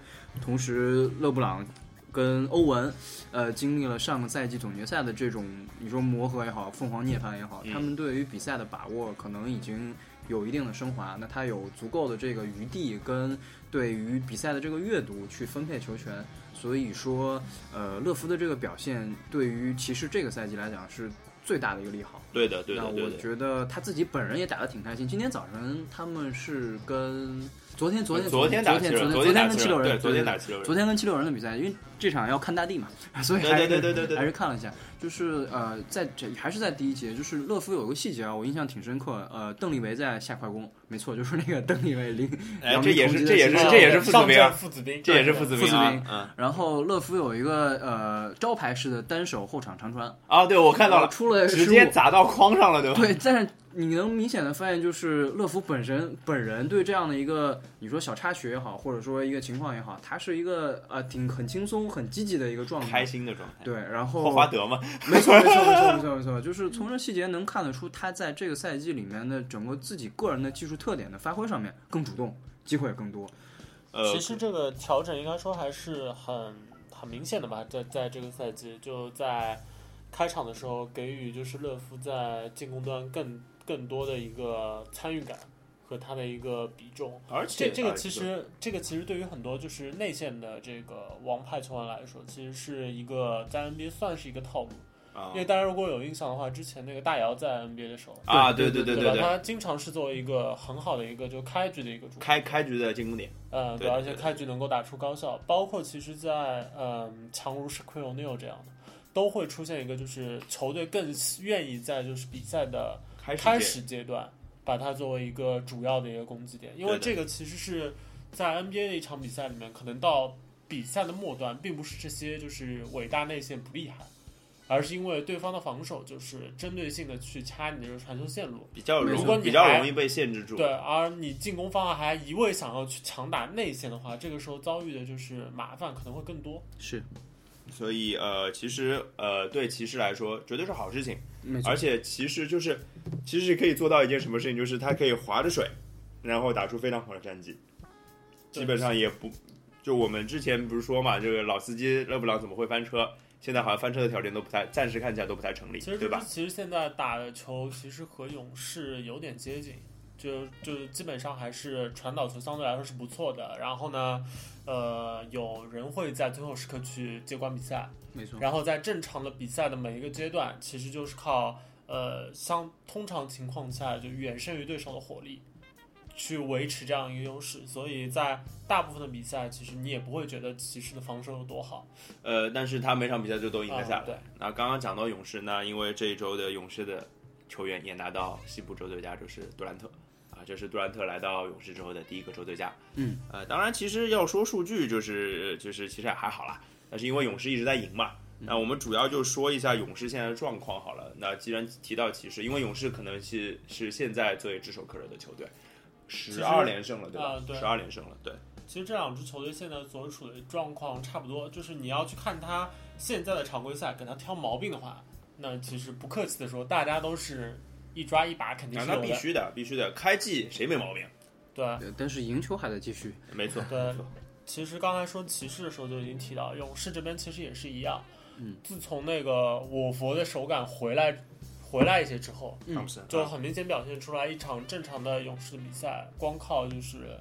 Speaker 2: 同时，勒布朗跟欧文，呃，经历了上个赛季总决赛的这种你说磨合也好，凤凰涅槃也好，
Speaker 1: 嗯
Speaker 2: 他们对于比赛的把握可能已经有一定的升华。那他有足够的这个余地跟对于比赛的这个阅读去分配球权。所以说，呃，勒夫的这个表现对于骑士这个赛季来讲是最大的一个利好。
Speaker 1: 对的，对
Speaker 2: 那
Speaker 1: 的，对
Speaker 2: 我
Speaker 1: 的。
Speaker 2: 觉得他自己本人也打得挺开心。今天早晨他们是跟昨天昨天
Speaker 1: 昨
Speaker 2: 天
Speaker 1: 打
Speaker 2: 昨
Speaker 1: 七
Speaker 2: 昨
Speaker 1: 六人，
Speaker 2: 天
Speaker 1: 昨
Speaker 2: 天
Speaker 1: 打
Speaker 2: 跟
Speaker 1: 七
Speaker 2: 七六人，
Speaker 1: 对，昨天
Speaker 2: 对
Speaker 1: 打七六人，
Speaker 2: 昨天跟七六人的比赛，因为这场要看大帝嘛， 所以
Speaker 1: 对
Speaker 2: 还
Speaker 1: 对对
Speaker 2: 是
Speaker 1: 对对对
Speaker 2: 还是看了一下，就是呃，在这还是在第一节，就是勒夫有个细节啊，我印象挺深刻，呃，邓利维在下快攻，没错，就是那个邓利维零，
Speaker 1: 哎，
Speaker 2: 姚
Speaker 1: 这
Speaker 2: 明
Speaker 1: 也
Speaker 2: 同
Speaker 1: 是
Speaker 2: 级
Speaker 1: 这
Speaker 2: 的
Speaker 1: 也是
Speaker 2: 其实
Speaker 1: 这也是父子
Speaker 3: 上
Speaker 1: 兵啊
Speaker 3: 阵，父子兵，
Speaker 1: 这也是父子兵
Speaker 2: 父子
Speaker 1: 啊
Speaker 2: 兵。
Speaker 1: 嗯，
Speaker 2: 然后勒夫有一个呃招牌式的单手后场长传，
Speaker 1: 啊，对，我看到
Speaker 2: 呃
Speaker 1: 了，
Speaker 2: 出了
Speaker 1: 直
Speaker 2: 失
Speaker 1: 接
Speaker 2: 误。
Speaker 1: 砸到框上了，对吧？
Speaker 2: 对，但是你能明显的发现，就是乐福本身本人对这样的一个你说小插曲也好，或者说一个情况也好，他是一个呃挺很轻松、很积极的一个状
Speaker 1: 开
Speaker 2: 态。
Speaker 1: 心的状态。
Speaker 2: 对，然后
Speaker 1: 霍华德嘛，
Speaker 2: 没错，没错，没错，没错，没错，就是从这细节能看得出，他在这个赛季里面的整个自己个人的技术特点的发挥上面更主动，机会也更多。
Speaker 1: 呃
Speaker 3: 其，实这个调整应该说还是很很明显的吧，在在这个赛季就在开场的时候给予就是勒夫在进攻端更更多的一个参与感和他的一个比重。
Speaker 1: 而
Speaker 3: 这
Speaker 1: 且
Speaker 3: 这个
Speaker 1: 呃
Speaker 3: 其实这个其实对于很多就是内线的这个王牌球员来说，其实是一个在 NBA 算是一个套路。
Speaker 1: 啊
Speaker 3: 因为大家如果有印象的话，之前那个大姚在 NBA 的时候，
Speaker 1: 啊，对
Speaker 2: 对
Speaker 1: 对对
Speaker 3: 对吧？
Speaker 1: 对，
Speaker 3: 他经常是作为一个很好的一个就开局的一个主
Speaker 1: 开开局的进攻点，
Speaker 3: 呃，
Speaker 1: 对
Speaker 3: 对，
Speaker 1: 对
Speaker 3: 而且
Speaker 1: 对
Speaker 3: 开局能够打出高效，包括其实在，嗯强如是 q u i l n e 这样的，都会出现一个就是球队更愿意在就是比赛的
Speaker 1: 开
Speaker 3: 开
Speaker 1: 始
Speaker 3: 始阶段把它作为一个主要的一个攻击点，因
Speaker 1: 对
Speaker 3: 为
Speaker 1: 的
Speaker 3: 这个其实是在 NBA 的一场比赛里面，可能到比赛的末端，并不是这些就是伟大内线不厉害，而是因为对方的防守就是针对性的去掐你的这个传球线路。
Speaker 1: 比较
Speaker 2: 如果
Speaker 1: 容
Speaker 3: 你
Speaker 1: 比较
Speaker 3: 还
Speaker 1: 容易被限制住。
Speaker 3: 对，而你进攻方还一味想要去强打内线的话，这个时候遭遇的就是麻烦可能会更多。
Speaker 2: 是，
Speaker 1: 所以呃，其实呃，对骑士来说绝对是好事情，
Speaker 2: 没错，
Speaker 1: 而且骑士就是骑士可以做到一件什么事情，就是它可以划着水，然后打出非常好的战绩，
Speaker 3: 对
Speaker 1: 基本上也不就我们之前不是说嘛，这个老司机勒布朗怎么会翻车？现在好像翻车的条件都不太，暂时看起来都不太成立，
Speaker 3: 其实
Speaker 1: 对
Speaker 3: 就是
Speaker 1: 吧？
Speaker 3: 其实现在打的球其实和勇士有点接近，就就基本上还是传导球相对来说是不错的。然后呢，呃，有人会在最后时刻去接管比赛，
Speaker 2: 没
Speaker 1: 嗯
Speaker 2: 错，
Speaker 3: 然后在正常的比赛的每一个阶段，其实就是靠呃相通常情况下就远胜于对手的火力。去维持这样一个优势，所以在大部分的比赛，其实你也不会觉得骑士的防守有多好。
Speaker 1: 呃，但是他每场比赛就都赢了下
Speaker 3: 啊
Speaker 1: 来。
Speaker 3: 对
Speaker 1: 那刚刚讲到勇士呢，因为这一周的勇士的球员也拿到西部周最佳，就是杜兰特啊，这是杜兰特来到勇士之后的第一个周最佳。
Speaker 2: 嗯，
Speaker 1: 呃，当然其实要说数据，就是就是其实也还好啦，但是因为勇士一直在赢嘛。
Speaker 3: 嗯
Speaker 1: 那我们主要就说一下勇士现在的状况好了。那既然提到骑士，因为勇士可能是是现在最炙手可热的球队，
Speaker 3: 实
Speaker 1: 十二连胜了，对吧
Speaker 3: 啊？对
Speaker 1: 十二、连胜了，对。
Speaker 3: 其实这两支球队现在所处的状况差不多，就是你要去看他现在的常规赛，给他挑毛病的话，那其实不客气的说，大家都是一抓一把，肯定
Speaker 1: 那
Speaker 3: 是
Speaker 1: 那
Speaker 3: 有
Speaker 1: 必
Speaker 3: 的。
Speaker 1: 须的，必须的。开季谁没毛病？
Speaker 3: 对，
Speaker 2: 对但是赢球还在继续。
Speaker 1: 没错，
Speaker 3: 对
Speaker 1: 没错。
Speaker 3: 其实刚才说骑士的时候就已经提到，勇士这边其实也是一样。
Speaker 2: 嗯，
Speaker 3: 自从那个我佛的手感回来回来一些之后，
Speaker 2: 嗯
Speaker 1: 汤普森
Speaker 3: 就很明显表现出来，一场正常的勇士的比赛，光靠就是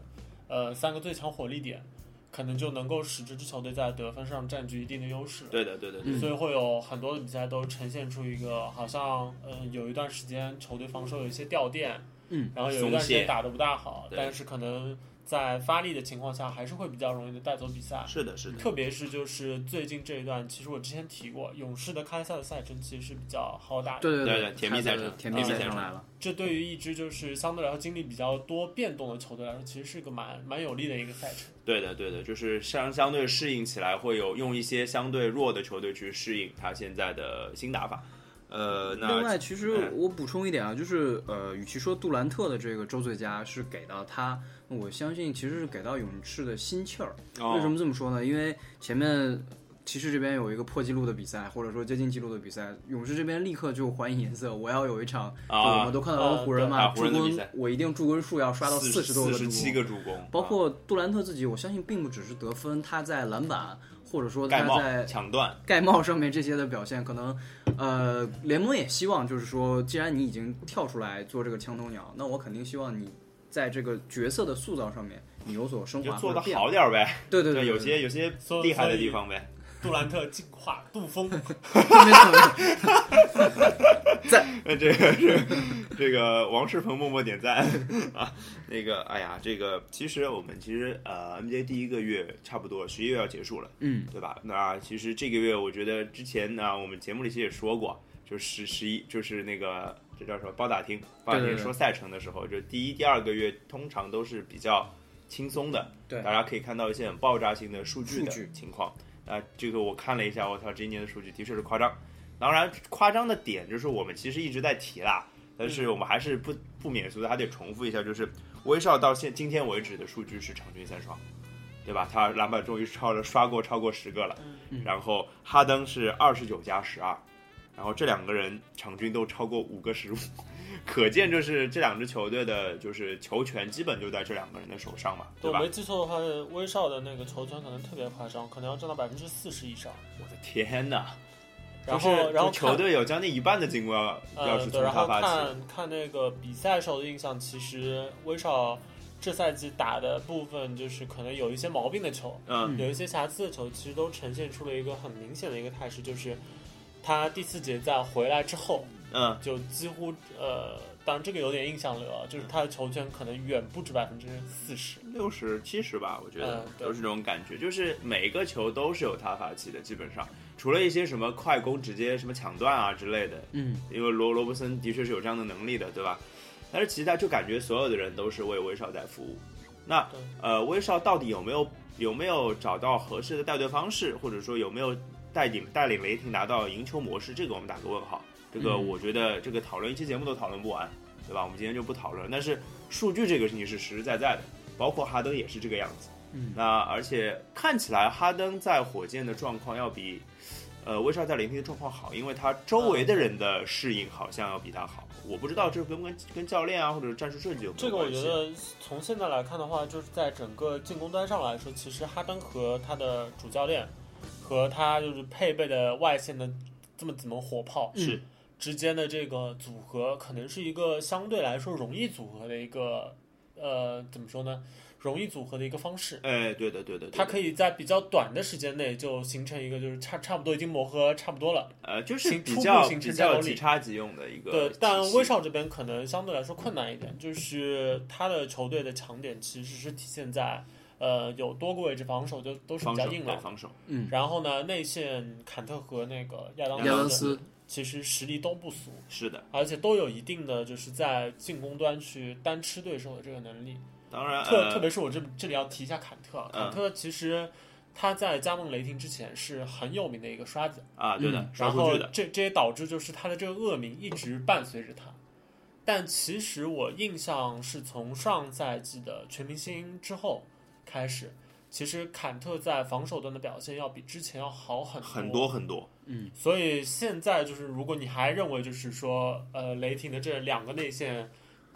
Speaker 3: 呃三个最强火力点，可能就能够使这支球队在得分上占据一定的优势。
Speaker 1: 啊对的，对的，对的
Speaker 2: 嗯
Speaker 3: 所以会有很多的比赛都呈现出一个好像，嗯，有一段时间球队防守有一些掉电，
Speaker 2: 嗯，
Speaker 3: 然后有一段时
Speaker 1: 松懈
Speaker 3: 间打得不大好，
Speaker 1: 对
Speaker 3: 但是可能在发力的情况下，还是会比较容易的带走比赛。
Speaker 1: 是的，是的。
Speaker 3: 特别是就是最近这一段，其实我之前提过，勇士的开赛的赛程其实是比较好打的，
Speaker 2: 对对
Speaker 1: 对对甜蜜赛程
Speaker 2: 甜蜜
Speaker 3: 甜蜜
Speaker 2: 赛
Speaker 3: 赛
Speaker 1: 程
Speaker 2: 来了。
Speaker 3: 这对于一支就是相对来说经历比较多变动的球队来说，其实是个蛮蛮有利的一个赛程。
Speaker 1: 对的，对的，就是相相对适应起来，会有用一些相对弱的球队去适应他现在的新打法。呃，
Speaker 2: 另
Speaker 1: 那
Speaker 2: 外，其实
Speaker 1: 嗯
Speaker 2: 我补充一点啊，就是呃，与其说杜兰特的这个周最佳是给到他，我相信其实是给到勇士的心气儿。为什
Speaker 1: 哦，
Speaker 2: 么这么说呢？因为前面骑士这边有一个破纪录的比赛，或者说接近纪录的比赛，勇士这边立刻就还以颜色，我要有一场，就我
Speaker 1: 啊
Speaker 2: 们，都看到了湖人嘛，
Speaker 1: 啊湖
Speaker 2: 助
Speaker 1: 人的比
Speaker 2: 攻
Speaker 1: 赛
Speaker 2: 我一定助攻数要刷到四十多个
Speaker 1: 四十
Speaker 2: 助
Speaker 1: 七
Speaker 2: 攻。
Speaker 1: 个助攻，啊
Speaker 2: 包括杜兰特自己，我相信并不只是得分，他在篮板或者说
Speaker 1: 啊盖
Speaker 2: 他
Speaker 1: 帽
Speaker 2: 在
Speaker 1: 抢断，
Speaker 2: 盖帽上面这些的表现，可能呃联盟也希望就是说，既然你已经跳出来做这个墙头鸟，那我肯定希望你在这个角色的塑造上面你有所升
Speaker 1: 你就
Speaker 2: 华
Speaker 1: 做
Speaker 2: 或
Speaker 1: 的
Speaker 2: 者变化。
Speaker 1: 好点儿呗。
Speaker 2: 对对 对，
Speaker 1: 有些有些
Speaker 3: 所以
Speaker 1: 厉害的地方呗。
Speaker 3: 杜兰特进化杜锋，
Speaker 2: 没错没错
Speaker 1: 那呃这个 是这个王世鹏默默点赞啊。那个，哎呀，这个其实我们其实呃 NBA 第一个月差不多十一月要结束了。
Speaker 2: 嗯，
Speaker 1: 对吧？那其实这个月，我觉得之前呢，我们节目里其实也说过，就是十十一，就是那个这叫什么包打听，包打
Speaker 2: 对
Speaker 1: 听
Speaker 2: 对
Speaker 1: 说赛程的时候，就第一、第二个月通常都是比较轻松的，
Speaker 2: 对
Speaker 1: 大家可以看到一些很爆炸性的数据的
Speaker 2: 数据
Speaker 1: 情况。啊、这个我看了一下，我操，今年的数据的确是夸张。当然，夸张的点就是我们其实一直在提啦，但是我们还是不不免俗的，还得重复一下，就是威少到现今天为止的数据是场均三双，对吧？他篮板终于超了，刷过超过十个了。
Speaker 2: 嗯
Speaker 1: 然后哈登是二十九加十二，然后这两个人场均都超过五个失误，可见就是这两支球队的就是球权基本就在这两个人的手上嘛，对
Speaker 3: 我
Speaker 1: 吧
Speaker 3: 没？记错的话，威少的那个球权可能特别夸张，可能要占到百分之四十以上。
Speaker 1: 我的天哪！
Speaker 3: 然
Speaker 1: 就
Speaker 3: 后，
Speaker 1: 是
Speaker 3: 然后
Speaker 1: 就球
Speaker 3: 看
Speaker 1: 队有将近一半的进攻要要
Speaker 3: 呃，
Speaker 1: 是
Speaker 3: 对，
Speaker 1: 从
Speaker 3: 然
Speaker 1: 他
Speaker 3: 后
Speaker 1: 发起。
Speaker 3: 看看那个比赛时候的印象，其实威少这赛季打的部分就是可能有一些毛病的球，
Speaker 1: 嗯，
Speaker 3: 有一些瑕疵的球，其实都呈现出了一个很明显的一个态势，就是他第四节在回来之后，
Speaker 1: 嗯，
Speaker 3: 就几乎呃，当然这个有点印象流啊，就是他的球权可能远不止百分之四十。
Speaker 1: 六十七十吧，我觉得
Speaker 3: 嗯对
Speaker 1: 都是这种感觉，就是每个球都是有他发起的，基本上除了一些什么快攻直接什么抢断啊之类的，
Speaker 2: 嗯，
Speaker 1: 因为罗罗伯森的确是有这样的能力的，对吧？但是其他就感觉所有的人都是为威少在服务。那
Speaker 3: 对
Speaker 1: 呃，威少到底有没有有没有找到合适的带队方式，或者说有没有带领带领雷霆拿到赢球模式？这个我们打个问号。这个
Speaker 2: 嗯
Speaker 1: 我觉得这个讨论一期节目都讨论不完，对吧？我们今天就不讨论。但是数据这个事情是实实在在的，包括哈登也是这个样子。
Speaker 2: 嗯
Speaker 1: 那而且看起来哈登在火箭的状况要比，呃，威少在雷霆的状况好，因为他周围的人的适应好像要比他好。我不知道这跟不跟跟教练啊或者战术设计有没
Speaker 3: 这
Speaker 1: 有
Speaker 3: 个我
Speaker 1: 关系。
Speaker 3: 觉得从现在来看的话，就是在整个进攻端上来说，其实哈登和他的主教练和他就是配备的外线的这么几门火炮
Speaker 1: 是
Speaker 3: 之间的这个组合，可能是一个相对来说容易组合的一个呃怎么说呢？容易组合的一个方式。
Speaker 1: 哎，对的，对的，对的
Speaker 3: 它可以在比较短的时间内就形成一个，就是差差不多已经磨合差不多了。
Speaker 1: 呃，就是
Speaker 3: 形
Speaker 1: 比
Speaker 3: 初步
Speaker 1: 较
Speaker 3: 形成
Speaker 1: 比
Speaker 3: 战斗
Speaker 1: 较
Speaker 3: 力
Speaker 1: 即插即用的一个
Speaker 3: 对
Speaker 1: 体，
Speaker 3: 但
Speaker 1: 系
Speaker 3: 威少这边可能相对来说困难一点，就是他的球队的强点其实是体现在，呃，有多个位置防守就都是比
Speaker 1: 防
Speaker 3: 较
Speaker 1: 守
Speaker 3: 硬
Speaker 1: 对
Speaker 3: 朗。
Speaker 1: 防守，
Speaker 2: 嗯，
Speaker 3: 然后呢，内线坎特和那个亚当
Speaker 1: 亚
Speaker 2: 亚
Speaker 1: 当
Speaker 2: 当
Speaker 1: 斯
Speaker 2: 斯
Speaker 3: 其实实力都不俗，
Speaker 1: 是的，
Speaker 3: 而且都有一定的就是在进攻端去单吃对手的这个能力。
Speaker 1: 当然
Speaker 3: 特
Speaker 1: 呃
Speaker 3: 特别是我这这里要提一下坎特啊，
Speaker 1: 嗯
Speaker 3: 坎特其实他在加盟雷霆之前是很有名的一个刷子，
Speaker 1: 啊，对的，刷
Speaker 3: 嗯然
Speaker 1: 数
Speaker 3: 后
Speaker 1: 据的，
Speaker 3: 这这也导致就是他的这个恶名一直伴随着他。但其实我印象是从上赛季的全明星之后开始，其实坎特在防守端的表现要比之前要好很
Speaker 1: 很多很多，
Speaker 3: 所以现在就是，如果你还认为就是说，呃，雷霆的这两个内线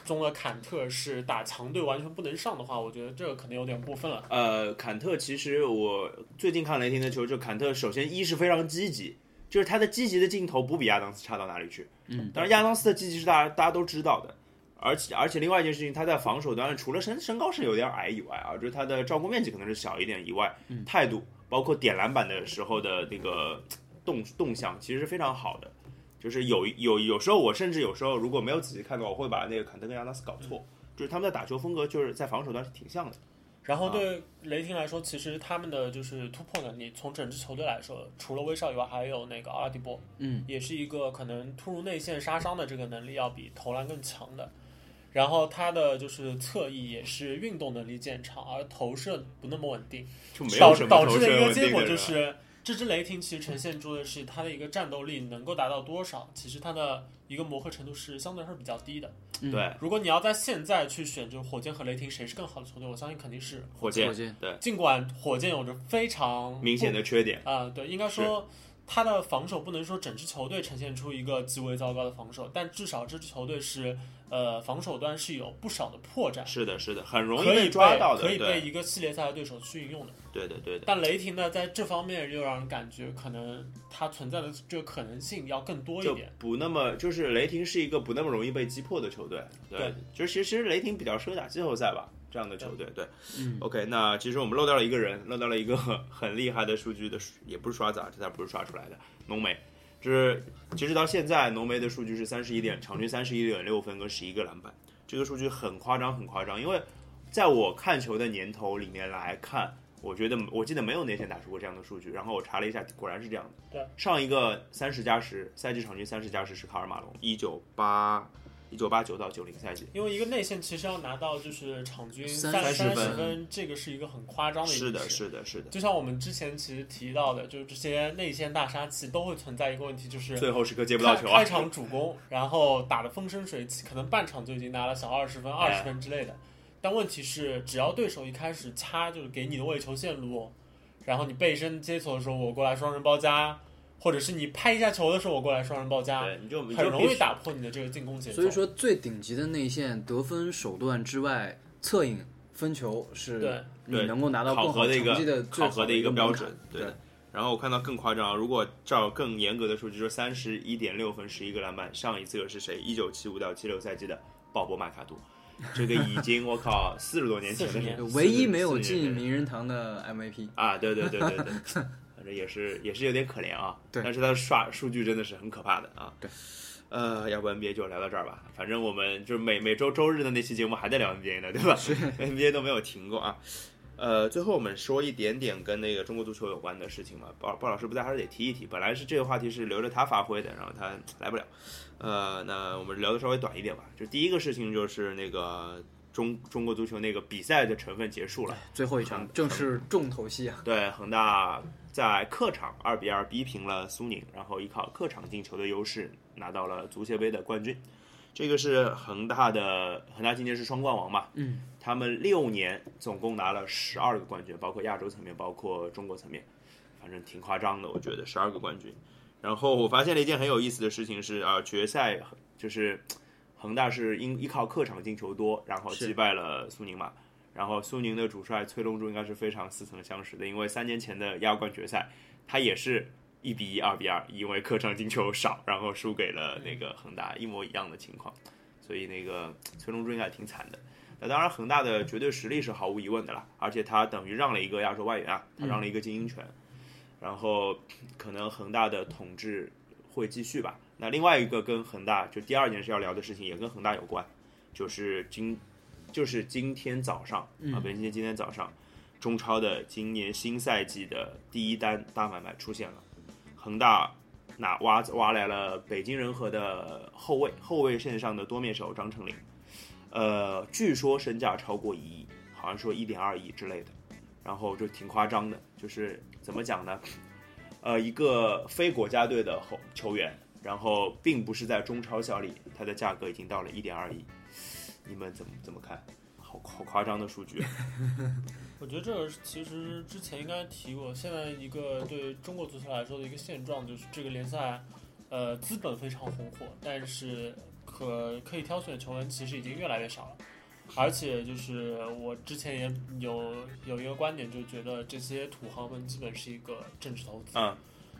Speaker 3: 中的坎特是打强队完全不能上的话，我觉得这个可能有点过分了。
Speaker 1: 呃，坎特其实我最近看雷霆的球，就坎特首先一是非常积极，就是他的积极的劲头不比亚当斯差到哪里去。嗯，当然亚当斯的积极是大家大家都知道的，而且而且另外一件事情，他在防守端除了身身高是有点矮以外啊，就是他的照顾面积可能是小一点以外，态度包括点篮板的时候的那个动动向其实是非常好的。就是有有有时候我甚至有时候如果没有仔细看的话，我会把那个坎特跟亚当斯搞错，就是他们的打球风格就是在防守端是挺像的。
Speaker 3: 然
Speaker 1: 啊
Speaker 3: 后对雷霆来说，其实他们的就是突破能力，从整支球队来说，除了威少以外，还有那个阿拉迪波，
Speaker 2: 嗯，
Speaker 3: 也是一个可能突入内线杀伤的这个能力要比投篮更强的。然后他的就是侧翼也是运动能力见长，而投射不那么稳定。
Speaker 1: 就没
Speaker 3: 导
Speaker 1: 有什么
Speaker 3: 导
Speaker 1: 投
Speaker 3: 致
Speaker 1: 射
Speaker 3: 的一个
Speaker 1: 稳
Speaker 3: 结
Speaker 1: 定
Speaker 3: 果
Speaker 1: 的
Speaker 3: 就
Speaker 1: 人啊
Speaker 3: 是，这支雷霆其实呈现出的是它的一个战斗力能够达到多少，其实它的一个磨合程度是相对来说比较低的。
Speaker 2: 嗯
Speaker 1: 对
Speaker 3: 如果你要在现在去选，就是火箭和雷霆谁是更好的球队，我相信肯定是。
Speaker 1: 火箭，
Speaker 2: 火箭
Speaker 1: 对
Speaker 3: 尽管火箭有着非常
Speaker 1: 明显
Speaker 3: 的
Speaker 1: 的缺点，
Speaker 3: 啊、对，应该说他的防守不能说整支球队呈现出一个极为糟糕的防守，但至少这支球队是呃防守端是有不少的破绽，
Speaker 1: 是的，是的，很容易
Speaker 3: 可以被
Speaker 1: 抓到的，
Speaker 3: 可以被
Speaker 1: 对，
Speaker 3: 一个系列赛的对手去运用的。
Speaker 1: 对的，对的，
Speaker 3: 但雷霆呢，在这方面又让人感觉可能它存在的这个可能性要更多一
Speaker 1: 就
Speaker 3: 点。
Speaker 1: 不那么，就是雷霆是一个不那么容易被击破的球队，
Speaker 3: 对，
Speaker 1: 就是其实雷霆比较适合打季后赛吧。这样的球队，对
Speaker 2: 嗯
Speaker 1: ，OK，那其实我们漏掉了一个人，漏掉了一个很厉害的数据的，也不是刷子啊，这他不是刷出来的，浓眉，就是截止到现在，浓眉的数据是三十一点，场均三十一点六分跟十一个篮板，这个数据很夸张，很夸张，因为在我看球的年头里面来看，我觉得我记得没有内线打出过这样的数据，然后我查了一下，果然是这样的。
Speaker 3: 对，
Speaker 1: 上一个三十加十赛季场均三十加十是卡尔马龙，一九八一九八九到九零赛季。
Speaker 3: 因为一个内线其实要拿到就是场均
Speaker 2: 30
Speaker 3: 三
Speaker 1: 分
Speaker 3: 十分，这个是一个很夸张的一
Speaker 1: 是
Speaker 3: 个
Speaker 1: 的，
Speaker 3: 事情。
Speaker 1: 是的，是的，
Speaker 3: 就像我们之前其实提到的，就是这些内线大杀器都会存在一个问题，就是
Speaker 1: 最后时刻接不到
Speaker 3: 开
Speaker 1: 球啊
Speaker 3: 开！场主攻，然后打得风生水起，可能半场就已经拿了小二十分、二
Speaker 1: 哎
Speaker 3: 十分之类的。但问题是，只要对手一开始掐就是给你的位球线路，然后你背身接球的时候我过来双人包夹，或者是你拍一下球的时候我过来双人包夹，
Speaker 1: 对，你就你
Speaker 3: 很
Speaker 1: 就
Speaker 3: 容
Speaker 1: 必
Speaker 3: 易
Speaker 1: 须
Speaker 3: 打破你的这个进攻节奏。
Speaker 2: 所以说最顶级的内线得分手段之外，策应分球
Speaker 3: 对
Speaker 2: 是你
Speaker 1: 对
Speaker 2: 能够拿到
Speaker 1: 考
Speaker 2: 更
Speaker 1: 核
Speaker 2: 好
Speaker 1: 的一
Speaker 2: 成绩
Speaker 1: 个
Speaker 2: 最
Speaker 1: 考
Speaker 2: 好
Speaker 1: 核
Speaker 2: 的
Speaker 1: 一个
Speaker 2: 个
Speaker 1: 标
Speaker 2: 门槛
Speaker 1: 准，对
Speaker 2: 对
Speaker 1: 的。然后我看到更夸张，啊如果照更严格的数据，就是三十一点六分，十一个篮板。上一次又是谁？一九七五到七六赛季的鲍勃麦卡杜，这个已经我靠四十多年前的
Speaker 3: 40
Speaker 1: 事
Speaker 3: 年
Speaker 2: 对
Speaker 1: 40
Speaker 2: 唯一没
Speaker 1: 40
Speaker 2: 有
Speaker 1: 年前
Speaker 2: 进
Speaker 1: 的
Speaker 2: 名人堂的 MVP。
Speaker 1: 啊，对对对对对，反正也是也是有点可怜啊。
Speaker 2: 对
Speaker 1: 但是他的刷数据真的是很可怕的啊。
Speaker 2: 对，
Speaker 1: 呃，要不 NBA 就聊到这儿吧。反正我们就是每每周周日的那期节目还在聊 NBA 呢，对吧 ？NBA 都没有停过啊。呃，最后我们说一点点跟那个中国足球有关的事情嘛。鲍鲍老师不在，还是得提一提。本来是这个话题是留着他发挥的，然后他来不了。呃，那我们聊的稍微短一点吧。就第一个事情就是那个中中国足球那个比赛的成分结束了。
Speaker 2: 最后一场正是重头戏啊！
Speaker 1: 对，恒大在客场二比二逼平了苏宁，然后依靠客场进球的优势拿到了足协杯的冠军。这个是恒大的，恒大今年是双冠王嘛？
Speaker 2: 嗯，
Speaker 1: 他们六年总共拿了十二个冠军，包括亚洲层面，包括中国层面，反正挺夸张的，我觉得十二个冠军。然后我发现了一件很有意思的事情是啊、决赛就是恒大是因依靠客场进球多，然后
Speaker 2: 是
Speaker 1: 击败了苏宁嘛。然后苏宁的主帅崔东柱应该是非常似曾相识的，因为三年前的亚冠决赛，他也是一比一、二比二，因为客场进球少，然后啊输给了那个恒大，一模一样的情况。所以那个崔东柱应该挺惨的。那当然，恒大的绝对实力是毫无疑问的啦，而且他等于让了一个亚洲外援啊，他让了一个经营权，然后可能恒大的统治会继续吧。那另外一个跟恒大就第二件事要聊的事情也跟恒大有关，就是今就是今天早上啊，北京时间今天早上，中超的今年新赛季的第一单大买卖出现了，恒大。那挖挖来了北京人和的后卫，后卫线上的多面手张成林，呃，据说身价超过一亿，好像说一点二亿之类的，然后就挺夸张的，就是怎么讲呢？呃，一个非国家队的后球员，然后并不是在中超效力，他的价格已经到了一点二亿，你们怎么怎么看？好好夸张的数据，
Speaker 3: 我觉得这个是其实之前应该提过，现在一个对中国足球来说的一个现状就是这个联赛，呃，资本非常红火，但是可可以挑选的球员其实已经越来越少了。而且就是我之前也有有一个观点，就觉得这些土豪们基本是一个政治投资，
Speaker 1: 嗯，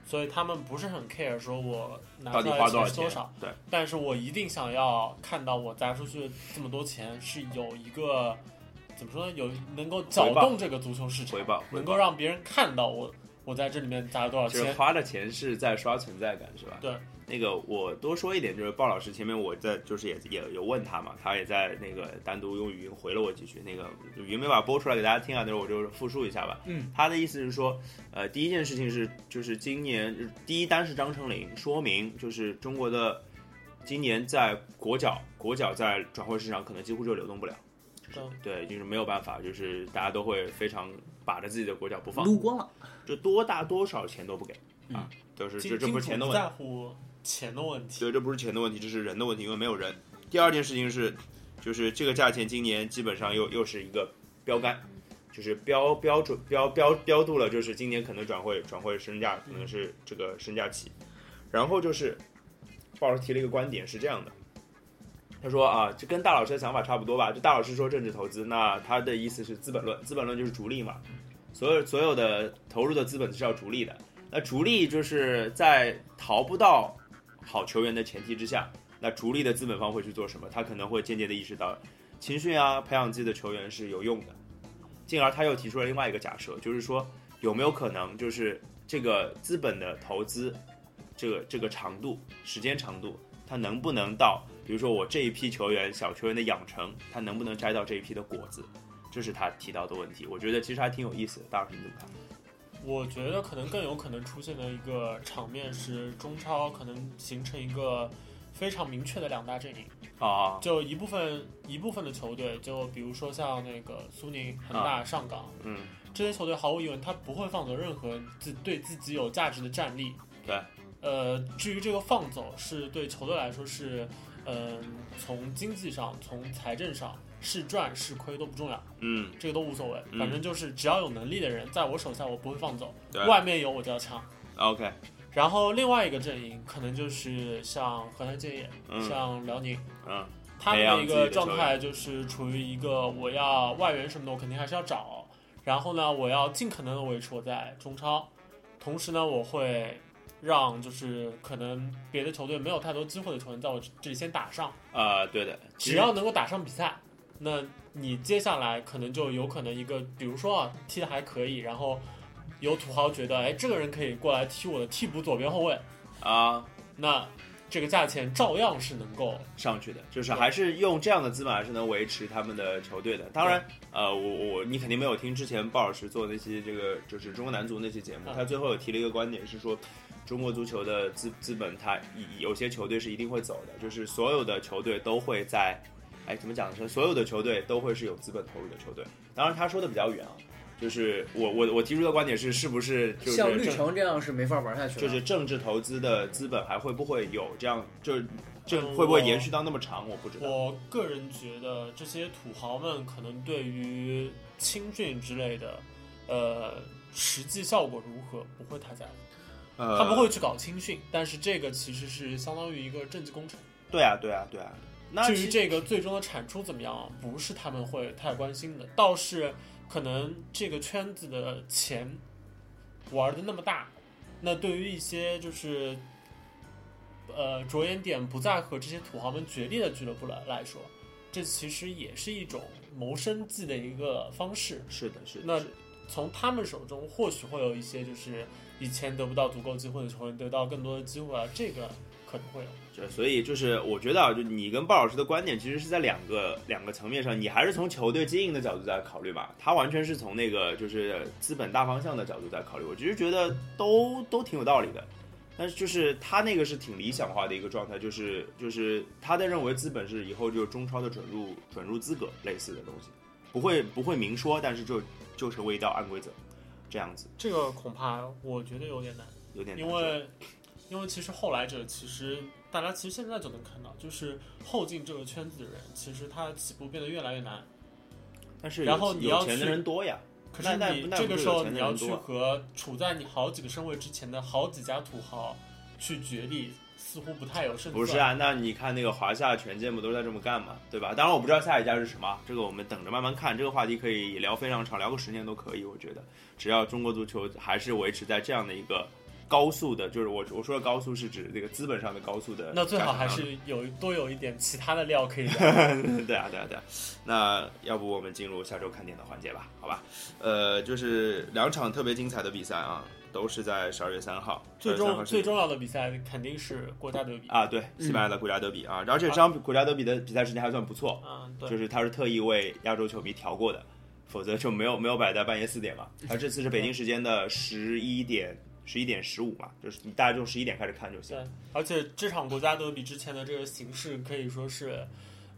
Speaker 3: 所以他们不是很 care 说我拿
Speaker 1: 到
Speaker 3: 出
Speaker 1: 底
Speaker 3: 来
Speaker 1: 花
Speaker 3: 的
Speaker 1: 多少
Speaker 3: 钱是
Speaker 1: 钱？
Speaker 3: 多少，
Speaker 1: 对，
Speaker 3: 但是我一定想要看到我砸出去这么多钱是有一个怎么说呢，有能够搅
Speaker 1: 回报
Speaker 3: 动这个足球市场
Speaker 1: 回，报回
Speaker 3: 能够
Speaker 1: 报，
Speaker 3: 让别人看到我我在这里面砸了多少
Speaker 1: 就是
Speaker 3: 钱。
Speaker 1: 花的钱是在刷存在感，是吧？
Speaker 3: 对，
Speaker 1: 那个我多说一点，就是鲍老师前面我在就是也也有问他嘛，他也在那个单独用语音回了我几句，那个语音没法播出来给大家听啊，但是我就复述一下吧。
Speaker 2: 嗯，
Speaker 1: 他的意思是说，呃，第一件事情是就是今年第一单是张成林，说明就是中国的今年在国脚国脚在转会市场可能几乎就流动不了，
Speaker 3: 嗯
Speaker 1: 对，就是没有办法，就是大家都会非常把着自己的国脚不放，
Speaker 2: 撸光了，
Speaker 1: 就多大多少钱都不给啊，都是
Speaker 3: 嗯金
Speaker 1: 这这不是钱的
Speaker 3: 金主
Speaker 1: 问题。
Speaker 3: 不在乎钱的问题。
Speaker 1: 所以这不是钱的问题，这是人的问题，因为没有人。第二件事情是，就是这个价钱今年基本上又又是一个标杆，就是标标准标标标度了，就是今年可能转会转会身价可能是这个身价起。然后就是鲍老师提了一个观点是这样的，他说啊，这跟大老师的想法差不多吧？就大老师说政治投资，那他的意思是《资本论》，《资本论》就是逐利嘛，所有所有的投入的资本是要逐利的。那逐利就是在淘不到好球员的前提之下，那逐利的资本方会去做什么？他可能会间接的意识到，青训啊，培养自己的球员是有用的。进而他又提出了另外一个假设，就是说有没有可能，就是这个资本的投资，这个这个长度、时间长度，它能不能到，比如说我这一批球员小球员的养成，它能不能摘到这一批的果子？这是他提到的问题，我觉得其实还挺有意思的。大老师你怎么看？
Speaker 3: 我觉得可能更有可能出现的一个场面是中超可能形成一个非常明确的两大阵营，
Speaker 1: 啊，
Speaker 3: 就一部分一部分的球队，就比如说像那个苏宁、恒大、上港
Speaker 1: 嗯，
Speaker 3: 这些球队，毫无疑问，他不会放走任何自对自己有价值的战力。
Speaker 1: 对，
Speaker 3: 呃，至于这个放走是对球队来说是，嗯、从经济上、从财政上是赚是亏都不重要，
Speaker 1: 嗯，
Speaker 3: 这个都无所谓，
Speaker 1: 嗯
Speaker 3: 反正就是只要有能力的人在我手下，我不会放走，
Speaker 1: 对
Speaker 3: 外面有我就要抢。
Speaker 1: ，OK，
Speaker 3: 然后另外一个阵营可能就是像河南建业、
Speaker 1: 嗯
Speaker 3: 像辽宁，
Speaker 1: 嗯，
Speaker 3: 他们
Speaker 1: 培养
Speaker 3: 的一
Speaker 1: 自己
Speaker 3: 个
Speaker 1: 的
Speaker 3: 状态就是处于一个我要外援什么的，我肯定还是要找。然后呢，我要尽可能的维持我在中超，同时呢，我会让就是可能别的球队没有太多机会的球员在我这里先打上，
Speaker 1: 啊、对的，其
Speaker 3: 只
Speaker 1: 实
Speaker 3: 要能够打上比赛，那你接下来可能就有可能一个，比如说啊，踢的还可以，然后有土豪觉得，哎，这个人可以过来踢我的替补左边后卫，
Speaker 1: 啊
Speaker 3: 那这个价钱照样是能够
Speaker 1: 上去的，就是还是用这样的资本还是能维持他们的球队的。当然，呃，我我你肯定没有听之前鲍老师做那期这个就是中国男足那期节目，
Speaker 3: 嗯
Speaker 1: 他最后有提了一个观点是说，中国足球的资资本它以有些球队是一定会走的，就是所有的球队都会在，哎怎么讲呢？所有的球队都会是有资本投入的球队。当然他说的比较远啊，就是我我我提出的观点是是不是就是
Speaker 2: 像绿
Speaker 1: 政
Speaker 2: 城这样是没法玩下去了。
Speaker 1: 就是政治投资的资本还会不会有这样，就是这
Speaker 3: 嗯
Speaker 1: 会不会
Speaker 3: 我
Speaker 1: 延续到那么长，我不知道。
Speaker 3: 我个人觉得，这些土豪们可能对于青训之类的，呃，实际效果如何不会太在乎，
Speaker 1: 呃，
Speaker 3: 他不会去搞青训，但是这个其实是相当于一个政绩工程。
Speaker 1: 对啊，对啊，对啊。那
Speaker 3: 至
Speaker 1: 其
Speaker 3: 于这个最终的产出怎么样，不是他们会太关心的，倒是可能这个圈子的钱玩的那么大，那对于一些就是呃着眼点不在和这些土豪们决裂的俱乐部来来说，这其实也是一种谋生计的一个方式。
Speaker 2: 是的，是的。
Speaker 3: 那
Speaker 2: 是的
Speaker 3: 从他们手中或许会有一些就是以前得不到足够机会的球员得到更多的机会啊，这个可能会有。
Speaker 1: 就所以就是我觉得啊，就你跟鲍老师的观点其实是在两个两个层面上，你还是从球队经营的角度在考虑吧，他完全是从那个就是资本大方向的角度在考虑，我其实觉得都都挺有道理的。但是就是他那个是挺理想化的一个状态，就是就是他在认为资本是以后就是中超的准入准入资格类似的东西，不会不会明说，但是就就成为一道暗规则，这样子
Speaker 3: 这个恐怕我觉得有点难，
Speaker 1: 有点难
Speaker 3: 因
Speaker 1: 说
Speaker 3: 为因为其实后来者其实大家其实现在就能看到，就是后进这个圈子的人，其实他起步变得越来越难。
Speaker 1: 但是有
Speaker 3: 然后你要
Speaker 1: 有钱的
Speaker 3: 去
Speaker 1: 人多呀，
Speaker 3: 可
Speaker 1: 那
Speaker 3: 是
Speaker 1: 那
Speaker 3: 你
Speaker 1: 那
Speaker 3: 这
Speaker 1: 不
Speaker 3: 个
Speaker 1: 是
Speaker 3: 时
Speaker 1: 有
Speaker 3: 候
Speaker 1: 钱
Speaker 3: 你
Speaker 1: 的人
Speaker 3: 要去
Speaker 1: 多啊
Speaker 3: 和处在你好几个身位之前的好几家土豪去角力，似乎不太有胜算。
Speaker 1: 不是啊，那你看那个华夏权健不都在这么干嘛，对吧？当然我不知道下一家是什么，这个我们等着慢慢看。这个话题可以聊非常长，聊个十年都可以，我觉得只要中国足球还是维持在这样的一个高速的，就是我我说的高速是指这个资本上的高速的，啊
Speaker 3: 那最好还是有多有一点其他的料可以聊。
Speaker 1: 对啊，对啊，对啊。那要不我们进入下周看点的环节吧，好吧？呃，就是两场特别精彩的比赛啊，都是在十二月三号，
Speaker 3: 最
Speaker 1: 12月3
Speaker 3: 终
Speaker 1: 号是
Speaker 3: 最重要的比赛肯定是国家德比。
Speaker 1: 啊，对，西班牙的国家德比啊，而且这场国家德比的比赛时间还算不错，
Speaker 3: 嗯，对
Speaker 1: 就，是他是特意为亚洲球迷调过的，否则就没有没有摆在半夜四点嘛。他这次是北京时间的十一点十一点十五嘛，就是你大家就十一点开始看就行。
Speaker 3: 对，而且这场国家德比之前的这个形势可以说是，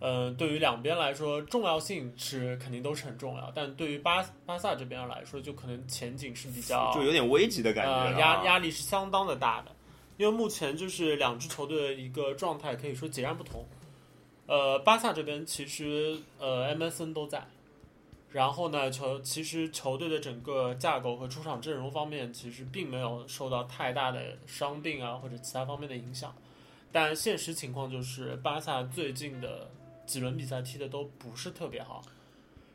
Speaker 3: 呃，对于两边来说重要性是肯定都是很重要，但对于巴巴萨这边来说，就可能前景是比较
Speaker 1: 就有点危急的感觉了啊、
Speaker 3: 呃，压压力是相当的大的，因为目前就是两支球队的一个状态可以说截然不同。呃，巴萨这边其实呃，MSN 都在，然后呢，球其实球队的整个架构和出场阵容方面，其实并没有受到太大的伤病啊或者其他方面的影响，但现实情况就是巴萨最近的几轮比赛踢的都不是特别好。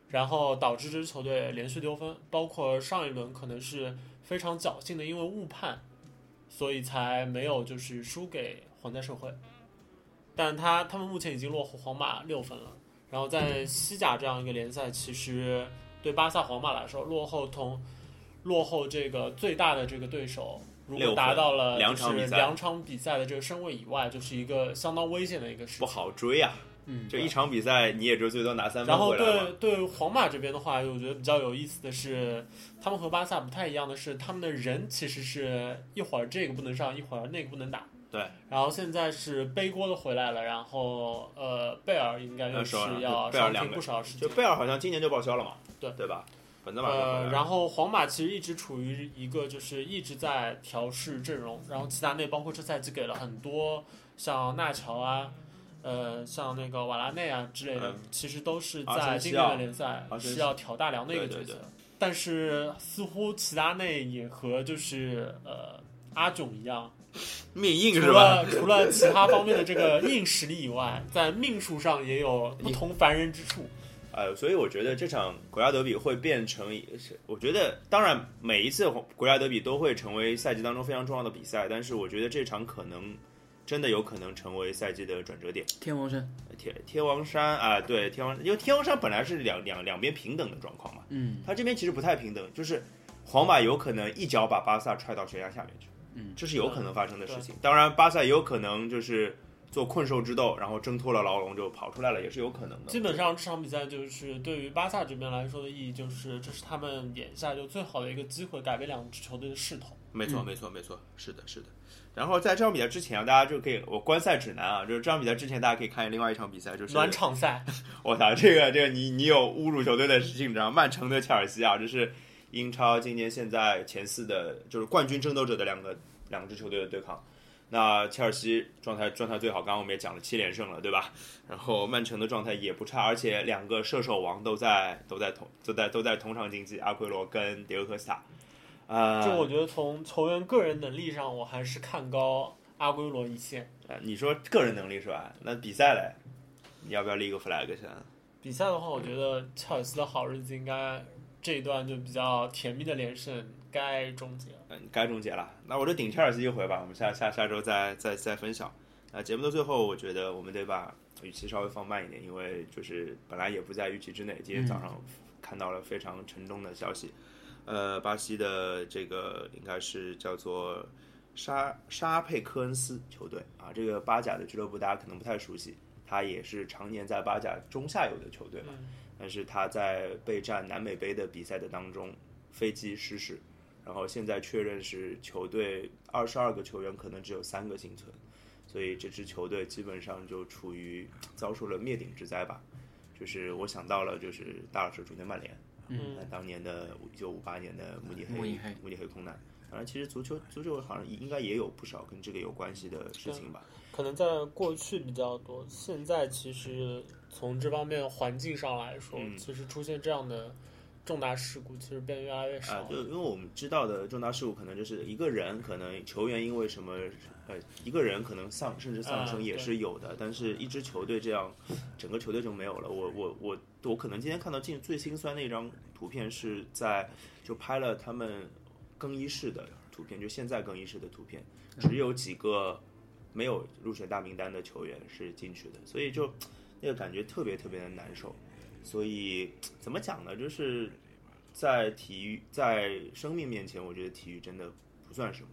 Speaker 3: 然后导致这支球队连续丢分，包括上一轮可能是非常侥幸的，因为误判，所以才没有就是输给皇家社会。但他他们目前已经落后皇马六分了，然后在西甲这样一个联赛，其实对巴萨、皇马来说，落后同落后这个最大的这个对手，如
Speaker 1: 六分
Speaker 3: 果达到了
Speaker 1: 两
Speaker 3: 就
Speaker 1: 场比
Speaker 3: 是
Speaker 1: 赛
Speaker 3: 两场比赛的这个身位以外，就是一个相当危险的一个事
Speaker 1: 不
Speaker 3: 情。
Speaker 1: 好追啊！
Speaker 2: 嗯，
Speaker 1: 就一场比赛你也就最多拿三分
Speaker 3: 然后
Speaker 1: 回来嘛
Speaker 3: 对。对皇马这边的话，我觉得比较有意思的是，他们和巴萨不太一样的是，他们的人其实是一会儿这个不能上，一会儿那个不能打。
Speaker 1: 对。
Speaker 3: 然后现在是背锅的回来了，然后呃，贝尔应该又是
Speaker 1: 要上
Speaker 3: 要
Speaker 1: 贝尔
Speaker 3: 伤
Speaker 1: 两
Speaker 3: 停
Speaker 1: 个
Speaker 3: 不少时
Speaker 1: 就
Speaker 3: 间。
Speaker 1: 贝尔好像今年就报销了嘛，
Speaker 3: 对
Speaker 1: 对吧？本泽马就回来
Speaker 3: 呃，
Speaker 1: 了
Speaker 3: 然后皇马其实一直处于一个就是一直在调试阵容，然后齐达内包括这赛季给了很多像纳乔啊，呃，像那个瓦拉内啊之类的，
Speaker 1: 嗯
Speaker 3: 其实都是
Speaker 1: 阿
Speaker 3: 在
Speaker 1: 森西
Speaker 3: 今年
Speaker 1: 奥
Speaker 3: 的联赛
Speaker 1: 阿森
Speaker 3: 是
Speaker 1: 西
Speaker 3: 要挑大梁的一个角
Speaker 1: 对
Speaker 3: 色。
Speaker 1: 对对
Speaker 3: 但是似乎齐达内也和就是呃阿囧一样，
Speaker 1: 命硬
Speaker 3: 除
Speaker 1: 是吧？
Speaker 3: 了除了其他方面的这个硬实力以外，在命数上也有不同凡人之处。
Speaker 1: 呃，所以我觉得这场国家德比会变成一，是我觉得当然每一次国家德比都会成为赛季当中非常重要的比赛，但是我觉得这场可能真的有可能成为赛季的转折点。
Speaker 2: 天王山，
Speaker 1: 天天王山啊、对天王，因为天王山本来是两两两边平等的状况嘛，
Speaker 2: 嗯，
Speaker 1: 他这边其实不太平等，就是皇马有可能一脚把巴萨踹到悬崖下面去，
Speaker 2: 嗯，
Speaker 1: 这是有可能发生的事情。当然，巴萨也有可能就是做困兽之斗，然后挣脱了牢笼就跑出来了，也是有可能的。
Speaker 3: 基本上这场比赛就是对于巴萨这边来说的意义，就是这是他们眼下就最好的一个机会，改变两支球队的势头。
Speaker 1: 没错，没错，没错，是的，是的。然后在这场比赛之前啊，大家就可以我观赛指南啊，就是这场比赛之前，大家可以看另外一场比赛，就是
Speaker 3: 暖场赛，
Speaker 1: 我操，这个这个你你有侮辱球队的性质啊！曼城对切尔西啊，这是英超今年现在前四的，就是冠军争斗者的两个两支球队的对抗。那切尔西状态状态最好，刚刚我们也讲了七连胜了，对吧？然后曼城的状态也不差，而且两个射手王都在都在同都在都在同场竞技，阿奎罗跟迭戈科斯塔。呃，
Speaker 3: 就我觉得从球员个人能力上，我还是看高阿圭罗一线。
Speaker 1: 呃，你说个人能力是吧？那比赛嘞，你要不要立个 flag 先？
Speaker 3: 比赛的话，我觉得切尔西的好日子应该这一段就比较甜蜜的连胜该终结了。
Speaker 1: 嗯，该终结了。那我就顶切尔西一回吧，我们下下下周再再再分享。那节目的最后，我觉得我们得把语气稍微放慢一点，因为就是本来也不在预期之内。今天早上看到了非常沉重的消息，呃，巴西的这个应该是叫做沙沙佩科恩斯球队啊，这个巴甲的俱乐部大家可能不太熟悉，它也是常年在巴甲中下游的球队嘛，但是它在备战南美杯的比赛的当中飞机失事，然后现在确认是球队二十二个球员可能只有三个幸存。所以这支球队基本上就处于遭受了灭顶之灾吧。就是我想到了，就是大老师主队曼联，
Speaker 3: 嗯，
Speaker 1: 当年的一九五八年的慕尼黑
Speaker 2: 慕尼黑
Speaker 1: 慕尼黑空难。当然，其实足球足球好像应该也有不少跟这个有关系的事情吧。
Speaker 3: 可能在过去比较多，现在其实从这方面环境上来说，
Speaker 1: 嗯
Speaker 3: 其实出现这样的重大事故其实变得越来越少
Speaker 1: 啊
Speaker 3: 了。，
Speaker 1: 就因为我们知道的重大事故，可能就是一个人，可能球员因为什么，呃，一个人可能丧甚至丧生
Speaker 3: 嗯
Speaker 1: 也是有的，但是一支球队这样，整个球队就没有了。我我我我可能今天看到近最心酸的一张图片是在就拍了他们更衣室的图片，就现在更衣室的图片，只有几个没有入选大名单的球员是进去的，所以就那个感觉特别特别的难受。所以怎么讲呢？就是在体育在生命面前，我觉得体育真的不算什么。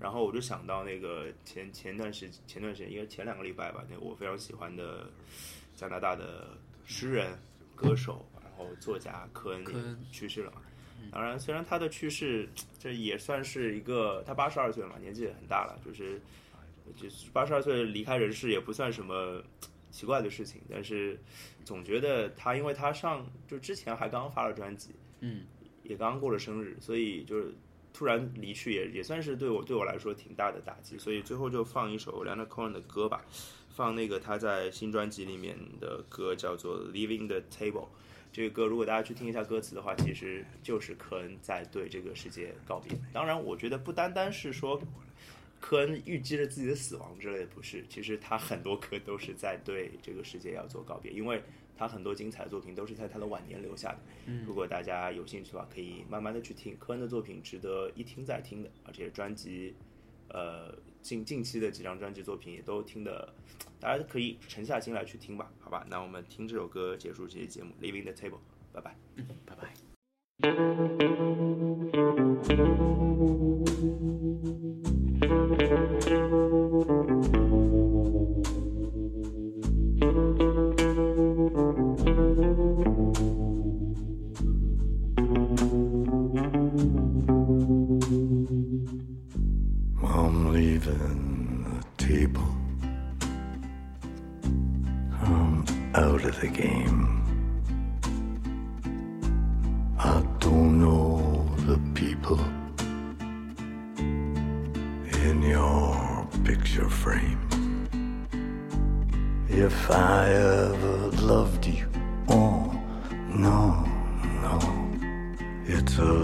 Speaker 1: 然后我就想到那个前前段时前段时间，应该前两个礼拜吧，那个我非常喜欢的加拿大的诗人、歌手，然后作家科恩也
Speaker 2: 科恩
Speaker 1: 去世了嘛。当然，虽然他的去世，这也算是一个他八十二岁了嘛，年纪也很大了，就是就是八十二岁离开人世也不算什么奇怪的事情，但是总觉得他，因为他上就之前还刚刚发了专辑，
Speaker 2: 嗯，
Speaker 1: 也刚刚过了生日，所以就是突然离去也也算是对我对我来说挺大的打击，所以最后就放一首 Leonard Cohen 的歌吧，放那个他在新专辑里面的歌叫做《Leaving the Table》。这个歌如果大家去听一下歌词的话，其实就是科恩在对这个世界告别。当然，我觉得不单单是说科恩预知着自己的死亡之类的，不是，其实他很多歌都是在对这个世界要做告别，因为他很多精彩的作品都是在他的晚年留下的。如果大家有兴趣的话，可以慢慢的去听科恩的作品，值得一听再听的，而且专辑，呃，近近期的几张专辑作品也都听的，大家可以沉下心来去听吧，好吧？那我们听这首歌结束这期节目，《Leaving the Table》，拜拜。
Speaker 2: 拜拜。
Speaker 4: I'm leaving the table. I'm out of the game. I don't know the people in your picture frame. If I ever loved you, oh no, no. It's a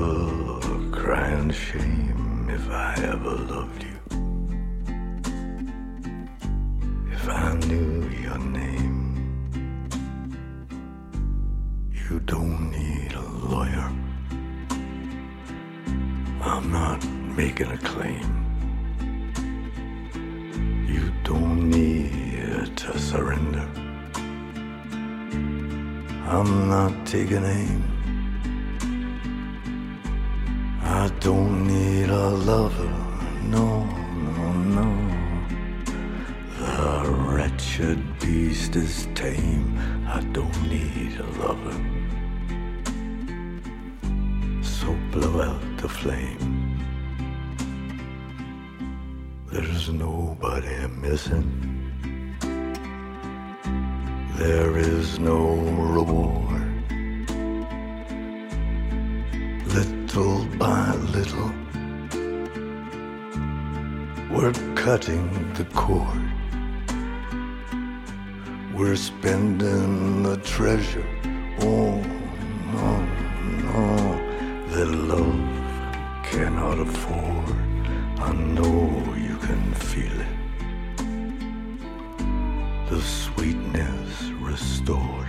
Speaker 4: crying shame if I ever loved you. If I knew your name, you don't need a lawyer. I'm not making a claim. You don't need to surrender. I'm not taking aim. I don't need a lover, no, no, no. The wretched beast is tame, I don't need a lover. So blow out the flame. There's nobody missing. There is no reward. little by little. We're cutting the cord. We're spending the treasure. Oh, no, no, that love cannot afford. I know you can feel it. The sweetness restored.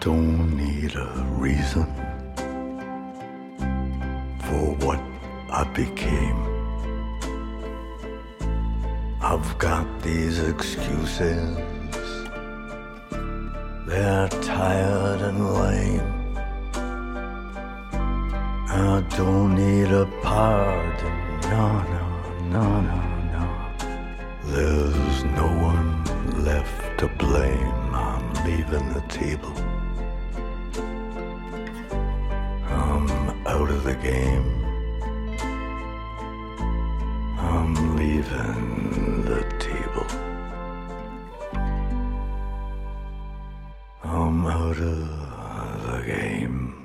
Speaker 4: don't need a reason for what I became. I've got these excuses, they're tired and lame. I don't need a pardon, no, no, no, no, no. There's no one left to blame. I'm leaving the table. I'm out of the game. I'm leaving the table. I'm out of the game.